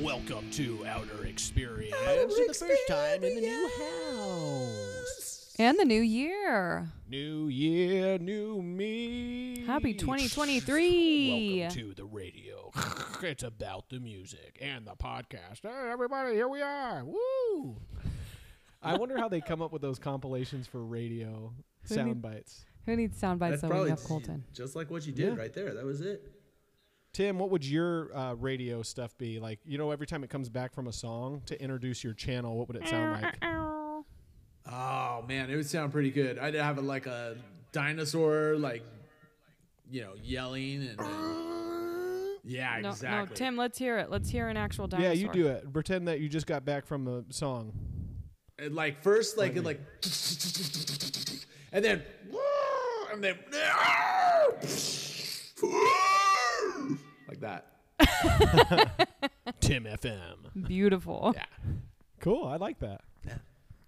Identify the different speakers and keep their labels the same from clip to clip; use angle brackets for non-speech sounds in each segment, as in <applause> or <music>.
Speaker 1: Welcome to Outer Experience. for the first time in the new house.
Speaker 2: And the new year.
Speaker 1: New year, new me.
Speaker 2: Happy 2023.
Speaker 1: Welcome to the radio. <laughs> it's about the music and the podcast. Hey, everybody, here we are. Woo!
Speaker 3: I wonder how they come up with those compilations for radio
Speaker 2: Who
Speaker 3: sound
Speaker 2: need-
Speaker 3: bites.
Speaker 2: Who needs sound bites
Speaker 4: That's
Speaker 2: that we
Speaker 4: probably
Speaker 2: have Colton?
Speaker 4: just like what you did
Speaker 3: Yeah.
Speaker 4: right there. That was it.
Speaker 3: Tim, what would your uh, radio stuff be like? You know, every time it comes back from a song to introduce your channel, what would it sound like?
Speaker 4: Oh man, it would sound pretty good. I'd have like a dinosaur, like you know, yelling and
Speaker 2: <gasps>
Speaker 4: yeah,
Speaker 2: No,
Speaker 4: exactly.
Speaker 2: no, Tim, let's hear it. Let's hear an actual
Speaker 3: Yeah,
Speaker 2: dinosaur.
Speaker 3: you do it. Pretend that you just got back from a song.
Speaker 4: And, like first, like it, like, and then and then like that.
Speaker 1: Tim FM.
Speaker 2: Beautiful.
Speaker 3: Cool. I like that.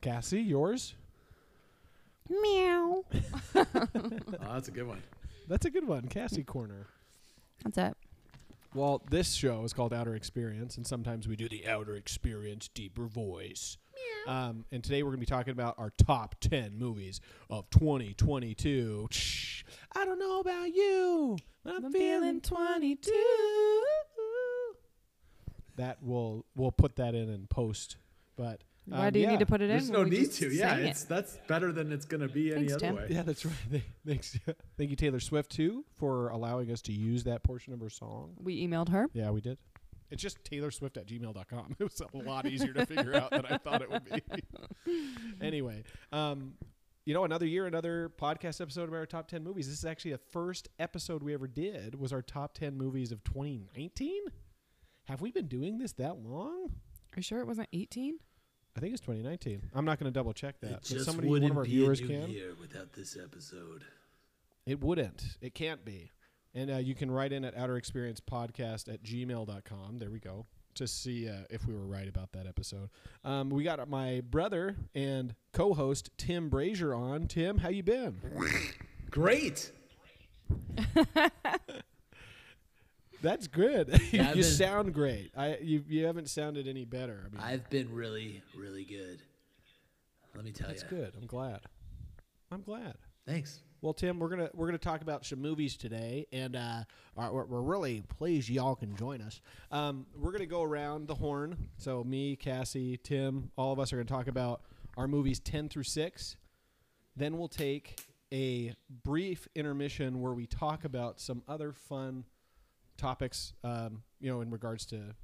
Speaker 3: Cassie, yours?
Speaker 2: Meow.
Speaker 4: Oh, that's a
Speaker 2: <laughs>
Speaker 4: good one.
Speaker 3: That's a good one. Cassie Corner.
Speaker 2: That's it.
Speaker 3: Well, this show is called Outer Experience, and sometimes we do
Speaker 1: Do the Outer Experience deeper voice.
Speaker 3: Um, and today we're going to be talking about our top 10 movies of 2022. Shh, I don't know about you, but I'm,
Speaker 2: I'm
Speaker 3: feeling
Speaker 2: feeling
Speaker 3: 22. That will we'll put that in and post. But
Speaker 2: Why
Speaker 3: um,
Speaker 2: do you
Speaker 3: yeah.
Speaker 2: need to put it
Speaker 4: There's
Speaker 2: in?
Speaker 4: no
Speaker 2: when we
Speaker 4: need
Speaker 2: just
Speaker 4: to. Yeah,
Speaker 2: sang it?
Speaker 4: it's that's better than it's gonna be any
Speaker 2: Thanks,
Speaker 4: other
Speaker 2: Tim.
Speaker 4: way.
Speaker 3: Yeah, that's right. <laughs> Th- Thanks. Thank you, Taylor Swift, too, for allowing us to use that portion of her song.
Speaker 2: We emailed her.
Speaker 3: Yeah, we did. It's just Taylor Swift at gmail.com. <laughs> It was a lot easier to figure out than I thought it would be. <laughs> anyway, um, you know, another year, another podcast episode about our top 10 movies. This is actually the first episode we ever did was our top 10 movies of 2019. Have we been doing this that long?
Speaker 2: Are you sure it wasn't 18?
Speaker 3: I think it's 2019. I'm not going to double check that.
Speaker 4: It
Speaker 3: but
Speaker 4: just
Speaker 3: somebody, one
Speaker 4: wouldn't
Speaker 3: of our
Speaker 4: be
Speaker 3: viewers
Speaker 4: a new
Speaker 3: can.
Speaker 4: year without this episode.
Speaker 3: It wouldn't. It can't be. And uh, you can write in at outerexperiencepodcast at gmail.com. There we go. To see uh, if we were right about that episode. Um, we got my brother and co-host Tim Brazier on. Tim, how you been?
Speaker 4: Great.
Speaker 3: That's good. <laughs> you
Speaker 4: Yeah, I've
Speaker 3: you
Speaker 4: been-
Speaker 3: sound great. I you, you haven't sounded any better. I mean,
Speaker 4: I've been really, really good. Let me tell
Speaker 3: that's
Speaker 4: you.
Speaker 3: good. I'm glad. I'm glad.
Speaker 4: Thanks.
Speaker 3: Well, Tim, we're gonna we're gonna talk about some movies today, and uh, are- we're, we're really pleased y'all can join us. Um, we're gonna go around the horn. So me, Cassie, Tim, all of us are gonna talk about our movies ten through six. Then we'll take a brief intermission where we talk about some other fun topics. Um, you know, in regards to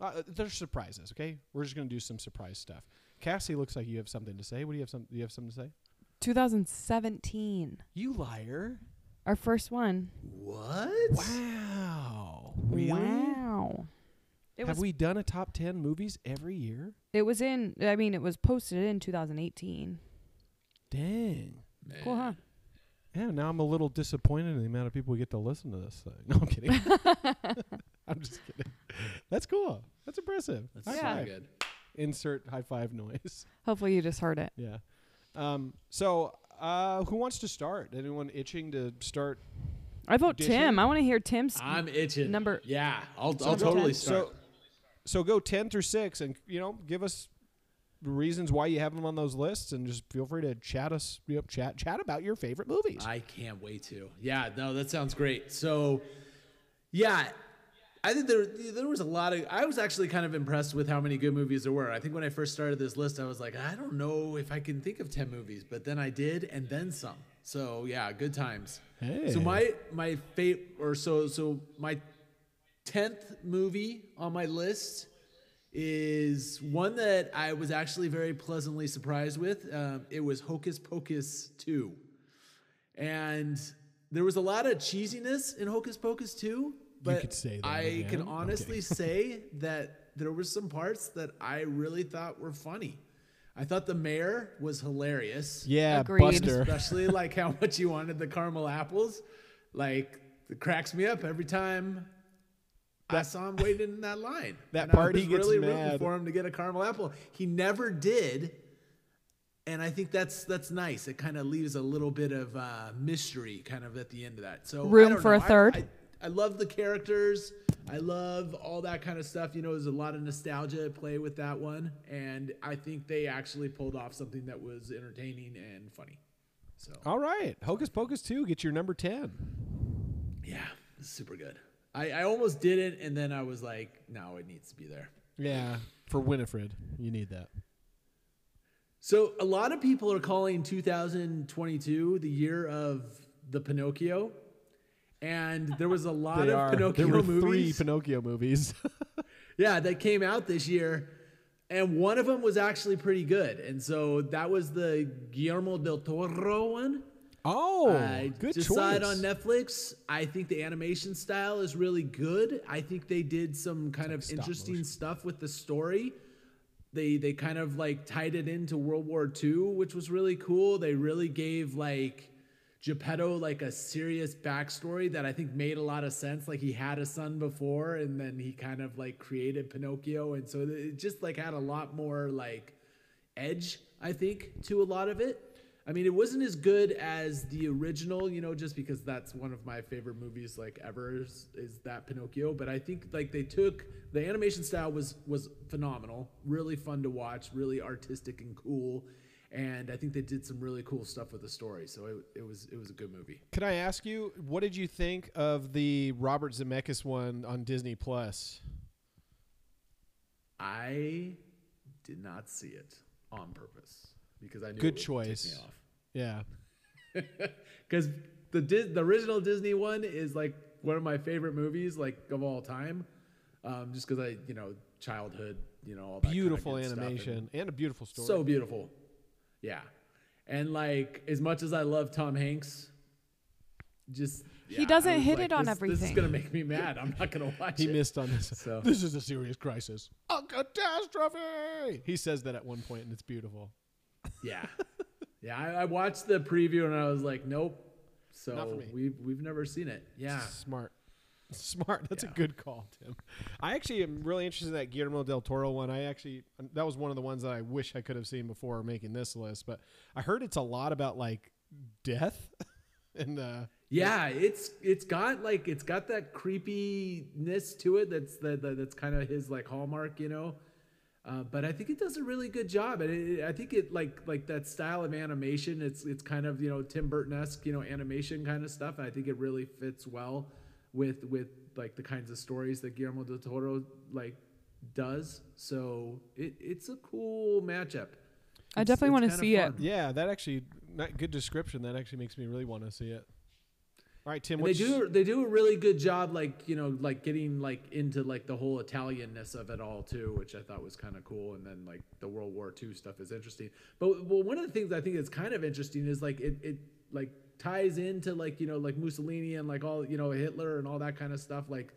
Speaker 3: uh, there's surprises. Okay, we're just gonna do some surprise stuff. Cassie looks like you have something to say. What do you have? Some do you have something to say?
Speaker 2: 2017.
Speaker 3: You liar.
Speaker 2: Our first one.
Speaker 4: What?
Speaker 3: Wow.
Speaker 2: Wow. It
Speaker 3: Have
Speaker 2: was
Speaker 3: we done a top 10 movies every year?
Speaker 2: it was in I mean it was posted in 2018.
Speaker 3: Dang.
Speaker 2: Cool, huh?
Speaker 3: Yeah, now I'm a little disappointed in the amount of people we get to listen to this thing. <laughs> No, I'm
Speaker 2: <laughs>
Speaker 3: kidding. I'm just kidding. That's cool. That's impressive.
Speaker 4: That's
Speaker 3: high
Speaker 2: so
Speaker 3: five.
Speaker 4: good.
Speaker 3: Insert high five noise. <laughs>
Speaker 2: Hopefully you just heard it.
Speaker 3: Yeah. Um, so, uh, who wants to start? Anyone itching to start?
Speaker 2: I vote
Speaker 3: Dishing?
Speaker 2: Tim. I want to hear Tim's
Speaker 4: I'm itching.
Speaker 2: Number-
Speaker 4: Yeah, I'll, I'll
Speaker 2: Number
Speaker 4: totally
Speaker 2: 10.
Speaker 4: start.
Speaker 3: So, so go 10 through 6 and, you know, give us reasons why you have them on those lists and just feel free to chat us, you know, chat, chat about your favorite movies.
Speaker 4: I can't wait to. Yeah, no, that sounds great. So, yeah, I think there there was a lot of. I was actually kind of impressed with how many good movies there were. I think when I first started this list, I was like, I don't know if I can think of ten movies, but then I did, and then some. So yeah, good times.
Speaker 3: Hey.
Speaker 4: So my my fate or so so my tenth movie on my list is one that I was actually very pleasantly surprised with. Um, it was Hocus Pocus two, and there was a lot of cheesiness in Hocus Pocus two. But
Speaker 3: could say that,
Speaker 4: I
Speaker 3: man.
Speaker 4: can
Speaker 3: Okay. <laughs>
Speaker 4: honestly say that there were some parts that I really thought were funny. I thought the mayor was hilarious.
Speaker 3: Yeah, <laughs>
Speaker 2: Agreed.
Speaker 4: <laughs>
Speaker 3: Buster.
Speaker 4: Especially like how much you wanted the caramel apples. Like it cracks me up every time I saw him waiting in that line.
Speaker 3: That
Speaker 4: And
Speaker 3: part
Speaker 4: I was
Speaker 3: he gets
Speaker 4: really rooting
Speaker 3: mad.
Speaker 4: for him to get a caramel apple. He never did. And I think that's that's nice. It kind of leaves a little bit of uh, mystery kind of at the end of that. So I
Speaker 2: Room
Speaker 4: don't
Speaker 2: for
Speaker 4: know.
Speaker 2: a
Speaker 4: I-
Speaker 2: third?
Speaker 4: I, I love the characters. I love all that kind of stuff. You know, there's a lot of nostalgia at play with that one, and I think they actually pulled off something that was entertaining and funny. So
Speaker 3: All right, Hocus Pocus two, get your number ten.
Speaker 4: yeah, it's super good. I, I almost did it, and then I was like, no, it needs to be there.
Speaker 3: Yeah, for Winifred, you need that.
Speaker 4: So a lot of people are calling 2022 the year of the Pinocchio, and
Speaker 3: <laughs>
Speaker 4: there was a lot
Speaker 3: They
Speaker 4: of
Speaker 3: are.
Speaker 4: Pinocchio
Speaker 3: there were three
Speaker 4: movies.
Speaker 3: Pinocchio movies. <laughs>
Speaker 4: yeah, that came out this year, and one of them was actually pretty good, and so that was the Guillermo del Toro one.
Speaker 3: oh,
Speaker 4: I
Speaker 3: good
Speaker 4: Uh, just
Speaker 3: choice.
Speaker 4: saw it on Netflix. I think the animation style is really good. I think they did some kind of interesting stuff with the story. They they kind of like tied it into World War II, which was really cool. They really gave like Geppetto like a serious backstory that I think made a lot of sense. Like he had a son before, and then he kind of like created Pinocchio, and so it just like had a lot more like edge, I think, to a lot of it. I mean, it wasn't as good as the original, you know, just because that's one of my favorite movies like ever is, is that Pinocchio. But I think like they took the animation style was was phenomenal, really fun to watch, really artistic and cool, and I think they did some really cool stuff with the story. So it, it was it was a good movie.
Speaker 3: Can I ask you what did you think of the Robert Zemeckis one on Disney Plus?
Speaker 4: I did not see it on purpose because I knew
Speaker 3: Good
Speaker 4: it would
Speaker 3: choice.
Speaker 4: Take me off.
Speaker 3: Yeah,
Speaker 4: <laughs> because the Dis- the original Disney one is like one of my favorite movies like of all time, um, just because I you know childhood you know all that kinda
Speaker 3: beautiful
Speaker 4: good stuff and
Speaker 3: animation and a beautiful story.
Speaker 4: so beautiful, yeah, and like as much as I love Tom Hanks, just yeah, I
Speaker 2: doesn't
Speaker 4: was
Speaker 2: hit
Speaker 4: like,
Speaker 2: it on
Speaker 4: this- This
Speaker 2: everything.
Speaker 4: is gonna make me mad. I'm not gonna watch
Speaker 3: he
Speaker 4: it.
Speaker 3: missed on this.
Speaker 4: So-
Speaker 3: This is a serious crisis. A catastrophe. He says that at one point, and it's beautiful.
Speaker 4: <laughs> Yeah, yeah. I, I watched the preview and I was like, nope.
Speaker 3: Not for
Speaker 4: So
Speaker 3: me.
Speaker 4: we've we've never seen it. Yeah.
Speaker 3: Smart. Smart. That's
Speaker 4: Yeah.
Speaker 3: a good call, Tim. I actually am really interested in that Guillermo del Toro one. I actually that was one of the ones that I wish I could have seen before making this list, but I heard it's a lot about like death <laughs> and uh
Speaker 4: Yeah, it's it's got like it's got that creepiness to it. That's the, the that's kind of his like hallmark, you know. Uh, but I think it does a really good job, and it, it- I think it like like that style of animation. It's it's kind of you know Tim Burton esque you know animation kind of stuff, and I think it really fits well with with like the kinds of stories that Guillermo del Toro like does. So it it's a cool matchup.
Speaker 2: I definitely want to
Speaker 4: kinda
Speaker 2: see it.
Speaker 4: fun.
Speaker 3: yeah, that actually not good description. That actually makes me really want to see it. All right, Tim,
Speaker 4: And they
Speaker 3: what's
Speaker 4: do they do a really good job like you know like getting like into like the whole italianness of it all too which i thought was kind of cool and then like the world war ii stuff is interesting but well one of the things i think is kind of interesting is like it, it like ties into like you know like mussolini and like all you know hitler and all that kind of stuff like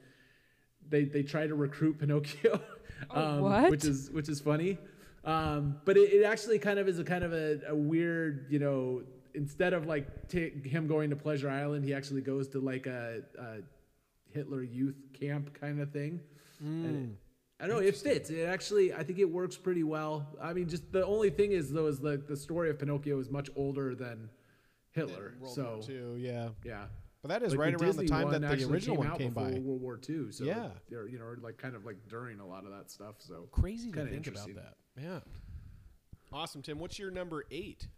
Speaker 4: they they try to recruit <laughs> pinocchio um,
Speaker 2: what?
Speaker 4: which is which is funny um, but it, it actually kind of is a kind of a, a weird you know instead of like ta him going to pleasure island he actually goes to like a, a hitler youth camp kind of thing and it- i don't know it fits it actually i think it works pretty well i mean just the only thing is though is the, the story of pinocchio is much older than hitler
Speaker 3: World
Speaker 4: so
Speaker 3: War Two, yeah.
Speaker 4: yeah
Speaker 3: But that is
Speaker 4: Like,
Speaker 3: right around
Speaker 4: Disney
Speaker 3: the time
Speaker 4: one
Speaker 3: that the
Speaker 4: actually
Speaker 3: original
Speaker 4: came
Speaker 3: one
Speaker 4: out
Speaker 3: came
Speaker 4: before
Speaker 3: by.
Speaker 4: World War II, so
Speaker 3: Yeah.
Speaker 4: they're, you know, or, like kind of like during a lot of that stuff. So
Speaker 3: Crazy to
Speaker 4: Kinda
Speaker 3: think about
Speaker 4: interesting.
Speaker 3: that. Yeah. Awesome, Tim. What's your number eight?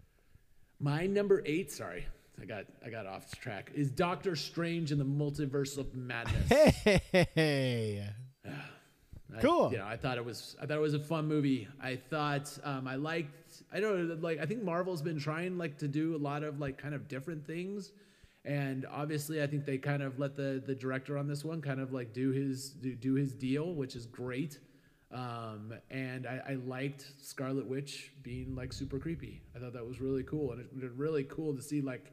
Speaker 4: My number eight, sorry, I got I got off track. Is Doctor Strange in the Multiverse of Madness?
Speaker 3: Hey.
Speaker 4: I-
Speaker 3: Cool.
Speaker 4: you know, I thought it was I thought it was a fun movie. I thought um, I liked. I don't know, like I think Marvel's been trying like to do a lot of like kind of different things, and obviously I think they kind of let the the director on this one kind of like do his do, do his deal, which is great. Um, and I, I liked Scarlet Witch being like super creepy. I thought that was really cool, and it, it really cool to see like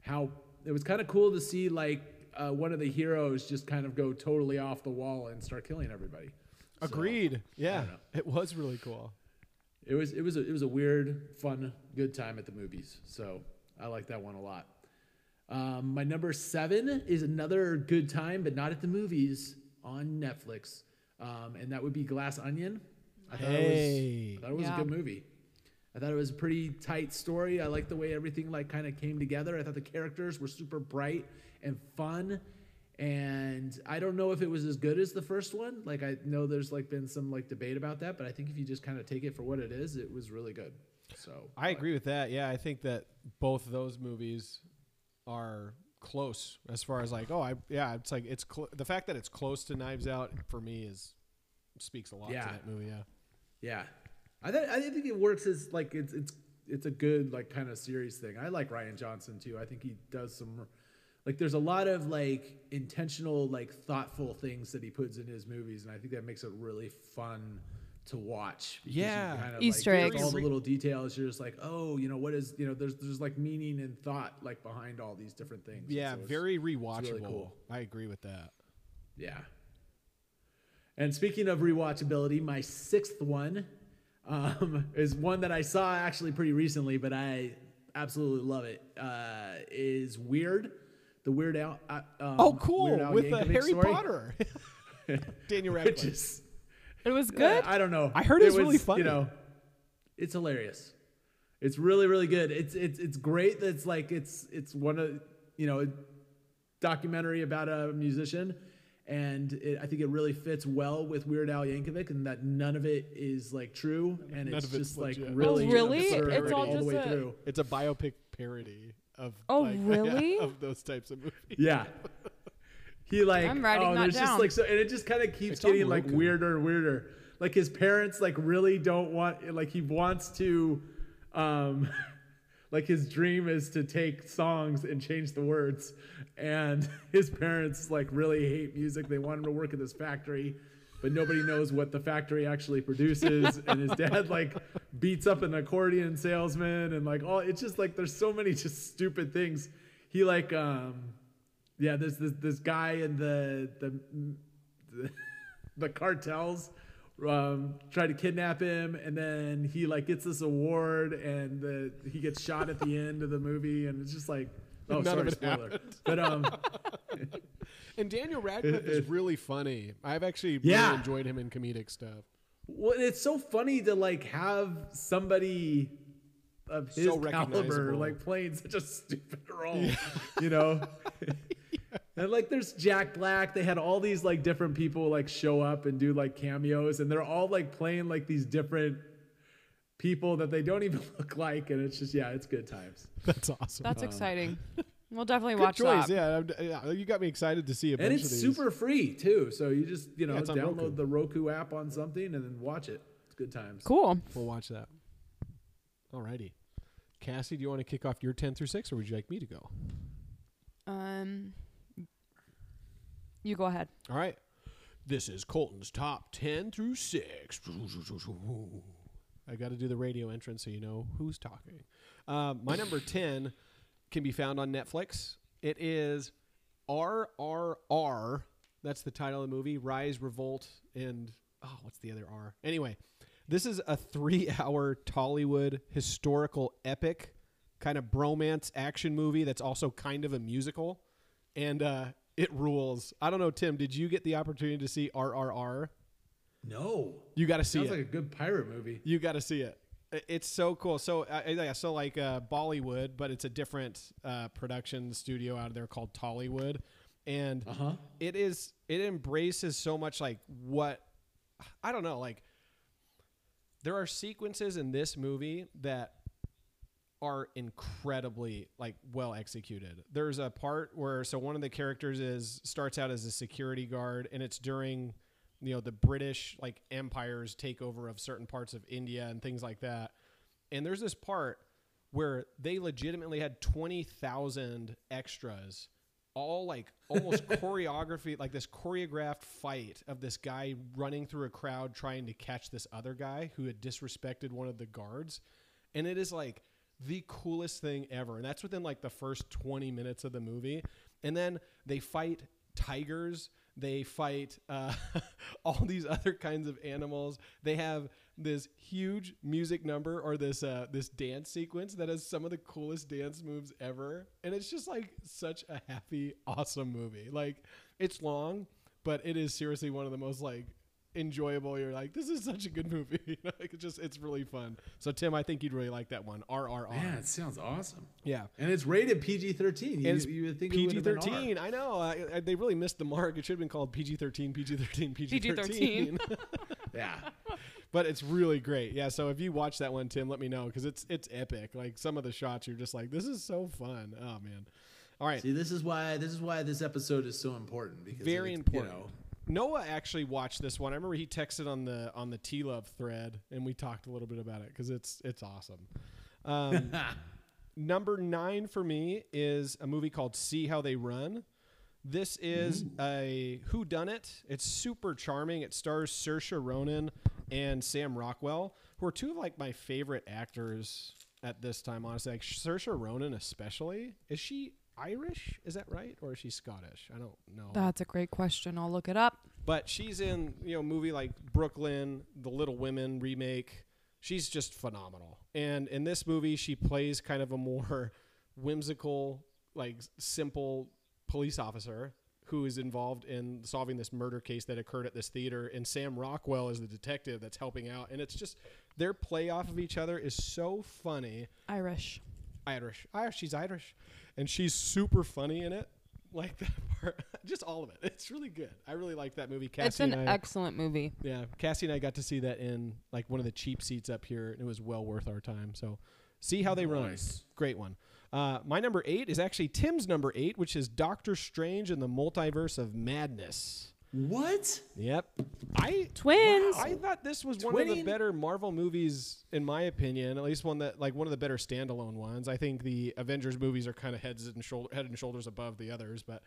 Speaker 4: how it was kind of cool to see like uh, one of the heroes just kind of go totally off the wall and start killing everybody. So,
Speaker 3: Agreed. yeah.
Speaker 4: know.
Speaker 3: It was really cool.
Speaker 4: it was it was a, it was a weird, fun, good time at the movies. So I like that one a lot. Um, my number seven is another good time, but not at the movies on Netflix, um, and that would be Glass Onion. I thought it
Speaker 3: Hey.
Speaker 4: was I thought it was
Speaker 2: Yeah.
Speaker 4: a good movie. I thought it was a pretty tight story. I liked the way everything like kind of came together. I thought the characters were super bright and fun, And I don't know if it was as good as the first one. Like I know there's like been some like debate about that, but I think if you just kind of take it for what it is, it was really good. So
Speaker 3: I agree with that. Yeah, I think that both of those movies are close as far as like, oh, I yeah, it's like it's cl- the fact that it's close to Knives Out for me is speaks a lot
Speaker 4: Yeah.
Speaker 3: to that movie. Yeah,
Speaker 4: Yeah, I th- I think it works as like it's it's it's a good like kind of serious thing. I like Ryan Johnson too. I think he does some like there's a lot of like intentional like thoughtful things that he puts in his movies, and I think that makes it really fun to watch. because you
Speaker 3: Yeah.
Speaker 4: kinda,
Speaker 2: Easter
Speaker 4: like,
Speaker 2: eggs.
Speaker 4: All the little details. You're just like, oh, you know what is you know there's there's like meaning and thought like behind all these different things. and
Speaker 3: yeah,
Speaker 4: so it's-
Speaker 3: very rewatchable.
Speaker 4: cool.
Speaker 3: I agree with that.
Speaker 4: yeah. And speaking of rewatchability, my sixth one um, <laughs> is one that I saw actually pretty recently, but I absolutely love it. Uh, is Weird, the Weird Al. Uh, um,
Speaker 3: Oh, cool!
Speaker 4: Weird Al
Speaker 3: With the
Speaker 4: Yankovic
Speaker 3: Harry
Speaker 4: story,
Speaker 3: Potter, <laughs> Daniel
Speaker 4: <laughs> which
Speaker 3: Radcliffe.
Speaker 4: is
Speaker 2: It was good.
Speaker 4: I don't know.
Speaker 3: I heard it's really funny.
Speaker 4: You know, it's hilarious. It's really really good. It's it's it's great. That's like it's it's one of you know a documentary about a musician, and it, I think it really fits well with Weird Al Yankovic, and that none of it is like true, and
Speaker 3: None
Speaker 4: it's
Speaker 3: of it's
Speaker 4: just like
Speaker 3: legit.
Speaker 4: really
Speaker 2: Oh, really?
Speaker 4: absurd
Speaker 3: It's all
Speaker 4: the
Speaker 2: just
Speaker 4: way
Speaker 2: a-
Speaker 4: through.
Speaker 3: It's a biopic parody of
Speaker 2: Oh,
Speaker 3: like, <laughs>
Speaker 2: really?
Speaker 3: of those types of movies.
Speaker 4: <laughs> Yeah. He like
Speaker 2: I'm writing
Speaker 4: oh,
Speaker 2: that
Speaker 4: there's just
Speaker 2: down.
Speaker 4: like so and it just kind of keeps
Speaker 3: It's on
Speaker 4: getting like
Speaker 3: Roku.
Speaker 4: weirder and weirder. Like his parents like really don't want like he wants to um <laughs> like his dream is to take songs and change the words and <laughs> his parents like really hate music. They want him to work at this factory. But nobody knows what the factory
Speaker 2: <laughs>
Speaker 4: actually produces, and his dad like beats up an accordion salesman, and like all it's just like there's so many just stupid things. He like um, yeah, there's this this guy in the the the cartels um, try to kidnap him, and then he like gets this award, and the, he gets shot at the end of the movie, and it's just like, oh,
Speaker 3: None of
Speaker 4: sorry,
Speaker 3: it
Speaker 4: spoiler. But um,
Speaker 3: And Daniel Radcliffe is
Speaker 4: <laughs>
Speaker 3: really funny. I've actually
Speaker 4: Yeah.
Speaker 3: really enjoyed him in comedic
Speaker 4: <laughs>
Speaker 3: stuff.
Speaker 4: well, it's so funny to like have somebody of his
Speaker 3: So
Speaker 4: caliber
Speaker 3: recognizable.
Speaker 4: like playing such a stupid role,
Speaker 3: <laughs>
Speaker 4: you know. And like, there's Jack Black. They had all these like different people like show up and do like cameos, and they're all like playing like these different people that they don't <laughs> even look like. And it's just yeah, it's good times.
Speaker 3: That's awesome. <laughs>
Speaker 2: That's exciting. We'll definitely
Speaker 3: Um, Good
Speaker 2: watch
Speaker 3: choice.
Speaker 2: that.
Speaker 3: Yeah, I'm- yeah, you got me excited to see a bunch
Speaker 4: and
Speaker 3: of
Speaker 4: it's
Speaker 3: these.
Speaker 4: super free too. So you just you know
Speaker 3: Yeah, it's on
Speaker 4: download
Speaker 3: Roku.
Speaker 4: the Roku app on something and then watch it. It's good times.
Speaker 2: Cool.
Speaker 3: We'll watch that. Alrighty, Cassie, do you want to kick off your ten through six, or would you like me to go?
Speaker 2: Um, you go ahead.
Speaker 3: All right.
Speaker 1: This is Colton's top 10 through <laughs> 6.
Speaker 3: I got to do the radio entrance so you know who's talking. Um, my
Speaker 4: <laughs>
Speaker 3: number 10 can be found on Netflix. It is RRR. That's the title of the movie Rise, Revolt, and oh, what's the other R? Anyway, this is a three hour Tollywood historical epic, kind of bromance action movie that's also kind of a musical. And uh, it rules. I don't know, Tim, did you get the opportunity to see RRR?
Speaker 4: No,
Speaker 3: You got to see
Speaker 4: sounds
Speaker 3: it.
Speaker 4: like a good pirate movie.
Speaker 3: You got to see it. I- It's so cool. So uh, yeah, so like uh, Bollywood, but it's a different uh, production studio out of there called Tollywood, and
Speaker 4: Uh-huh.
Speaker 3: it is it embraces so much like what I don't know like there are sequences in this movie that are incredibly like well executed. There's a part where so one of the characters is starts out as a security guard and it's during you know the British like empire's takeover of certain parts of India and things like that. And there's this part where they legitimately had 20,000 extras all like almost choreography like this choreographed fight of this guy running through a crowd trying to catch this other guy who had disrespected one of the guards and it is like the coolest thing ever and that's within like the first 20 minutes of the movie and then they fight tigers they fight uh, <laughs> all these other kinds of animals they have this huge music number or this uh, this dance sequence that has some of the coolest dance moves ever and it's just like such a happy awesome movie like it's long but it is seriously one of the most like enjoyable. You're like, this is such a good movie. <laughs> you know, like, it's just it's really fun. So Tim, I think you'd really like that one. RRR.
Speaker 4: Yeah, it sounds awesome.
Speaker 3: Yeah.
Speaker 4: And it's rated PG thirteen. You,
Speaker 3: And it's
Speaker 4: you would think
Speaker 3: PG
Speaker 4: it would have been R.
Speaker 3: thirteen. I know. I, I, they really missed the mark. It should have been called PG thirteen, PG thirteen, PG thirteen.
Speaker 2: PG-13.
Speaker 3: <laughs>
Speaker 4: Yeah.
Speaker 3: but it's really great. Yeah. So if you watch that one, Tim, let me know because it's it's epic. Like some of the shots, you're just like, this is so fun. Oh man. All right.
Speaker 4: See, this is why this is why this episode is so important because
Speaker 3: Very
Speaker 4: it,
Speaker 3: important.
Speaker 4: You know,
Speaker 3: Noah actually watched this one. I remember he texted on the on the T Love thread, and we talked a little bit about it because it's it's awesome. Um, number nine for me is a movie called See How They Run. This is a Who Done It. It's super charming. It stars Saoirse Ronan and Sam Rockwell, who are two of like my favorite actors at this time. Honestly, like Saoirse Ronan, especially. Is she Irish? Is that right, or is she Scottish? I don't know.
Speaker 2: That's a great question. I'll look it up.
Speaker 3: But she's in you know movie like Brooklyn, The Little Women remake. She's just phenomenal. And in this movie, she plays kind of a more <laughs> whimsical, like s- simple police officer who is involved in solving this murder case that occurred at this theater. And Sam Rockwell is the detective that's helping out. And it's just their play off of each other is so funny.
Speaker 2: Irish.
Speaker 3: Irish. Irish. She's Irish, and she's super funny in it. Like <laughs> that part, just all of it. It's really good. I really like that movie. Cassie
Speaker 2: it's an
Speaker 3: and I, <laughs>
Speaker 2: excellent movie.
Speaker 3: yeah, Cassie and I got to see that in like one of the cheap seats up here, and it was well worth our time. So, see how they run.
Speaker 4: Nice.
Speaker 3: Great one. Uh, my number eight is actually Tim's number eight, which is Doctor Strange and the Multiverse of Madness.
Speaker 4: what?
Speaker 3: Yep, I
Speaker 2: Twins.
Speaker 3: I thought this was one of the
Speaker 4: Twinning?
Speaker 3: better Marvel movies, in my opinion. At least one that like one of the better standalone ones. I think the Avengers movies are kind of heads and shoulder head and shoulders above the others, but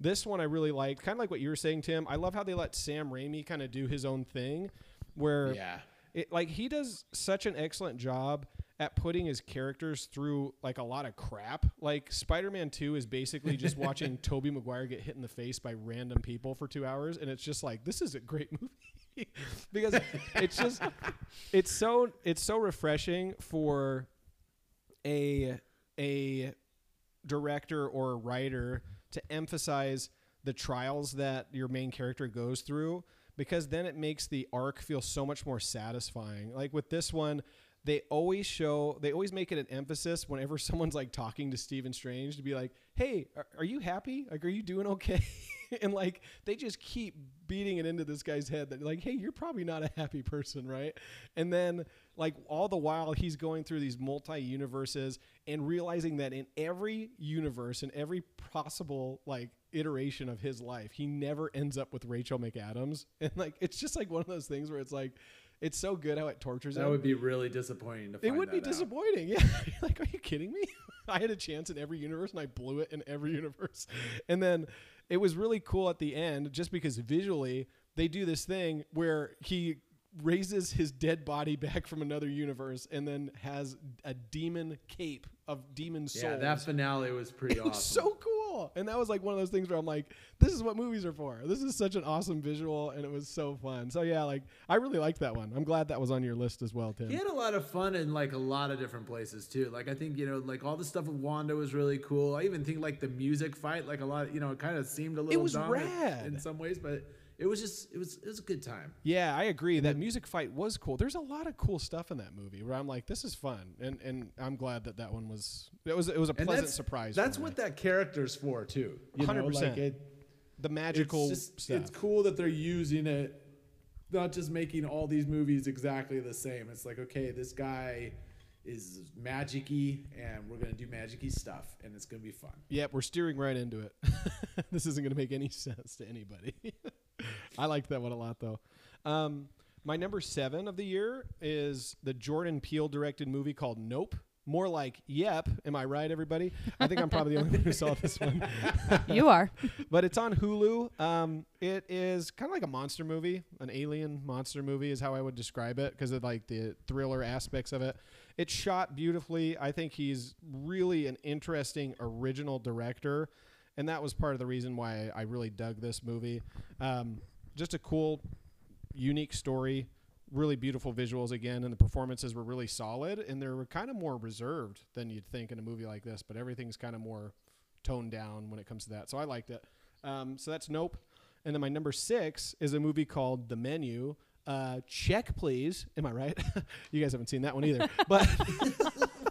Speaker 3: this one I really liked. Kind of like what you were saying, Tim. I love how they let Sam Raimi kind of do his own thing, where
Speaker 4: Yeah.
Speaker 3: it like he does such an excellent job at putting his characters through like a lot of crap. Like Spider-Man 2 is basically just watching Toby Maguire get hit in the face by random people for 2 hours and it's just like this is a great <laughs> movie. because it's just it's so it's so refreshing for a a director or a writer to emphasize the trials that your main character goes through because then it makes the arc feel so much more satisfying. Like with this one, they always show they always make it an emphasis whenever <laughs> someone's like talking to Stephen Strange to be like, "Hey, are, are you happy? Like are you doing okay?" <laughs> and like they just keep beating it into this guy's head that like, "Hey, you're probably not a happy person, right?" And then like all the while he's going through these multi-universes and realizing that in every universe in every possible like iteration of his life he never ends up with rachel mcadams <laughs> and like it's just like one of those things where it's like it's so good how it tortures
Speaker 4: That
Speaker 3: him
Speaker 4: would be really disappointing to find
Speaker 3: it would be
Speaker 4: that out.
Speaker 3: disappointing <laughs> yeah You're like are you kidding me <laughs> i had a chance in every universe and i blew it in every <laughs> universe and then it was really cool at the end just because visually they do this thing where he raises his dead body <laughs> back from another universe and then has a demon cape of demon souls
Speaker 4: Yeah, that finale was pretty
Speaker 3: it
Speaker 4: awesome.
Speaker 3: was so cool. And that was like one of those things where I'm like, this is what movies are for. This is such an awesome visual and it was so fun. So yeah, like I really liked that one. I'm glad that was on your list as well, Tim.
Speaker 4: He had a lot of fun in like a lot of different places too. Like I think you know, like all the stuff with Wanda was really cool. I even think like the music fight, like a lot, you know, it kind of seemed a little
Speaker 3: was
Speaker 4: dominant
Speaker 3: rad.
Speaker 4: in some ways, but it was just it was it was a good time.
Speaker 3: Yeah, I agree. That music fight was cool. There's a lot of cool stuff in that movie where I'm like, this is fun. And and I'm glad that that one was it was it was a
Speaker 4: And
Speaker 3: pleasant
Speaker 4: that's,
Speaker 3: surprise.
Speaker 4: That's
Speaker 3: for me.
Speaker 4: what that character's for too. You know,
Speaker 3: 100%.
Speaker 4: like it,
Speaker 3: the
Speaker 4: it's
Speaker 3: magical
Speaker 4: just
Speaker 3: stuff.
Speaker 4: it's cool that they're using it, not just making all these movies exactly the same. It's like okay, this guy is magicy, and we're gonna do magicy stuff, and it's gonna be fun.
Speaker 3: Yep, we're steering right into it. <laughs> this isn't going to make any sense to anybody. <laughs> I liked that one a lot, though. Um, my number seven of the year is the Jordan Peele directed movie called Nope. More like Yep. Am I right, everybody? I think I'm probably the only one who saw
Speaker 4: <laughs>
Speaker 3: this one
Speaker 2: you are.
Speaker 3: but it's on Hulu. Um, it is kind of like a monster movie, an alien monster movie is how I would describe it because of like the thriller aspects of it. It's shot beautifully. I think he's really an interesting original director, and that was part of the reason why I really dug this movie. Um, just a cool, unique story. Really beautiful visuals again, and the performances were really solid, and they were kind of more reserved than you'd think in a movie like this. But everything's kind of more toned down when it comes to that. So I liked it. Um, so that's Nope. And then my number six is a movie called The Menu. Uh, check, please. Am I right? <laughs> you guys haven't seen that one either, but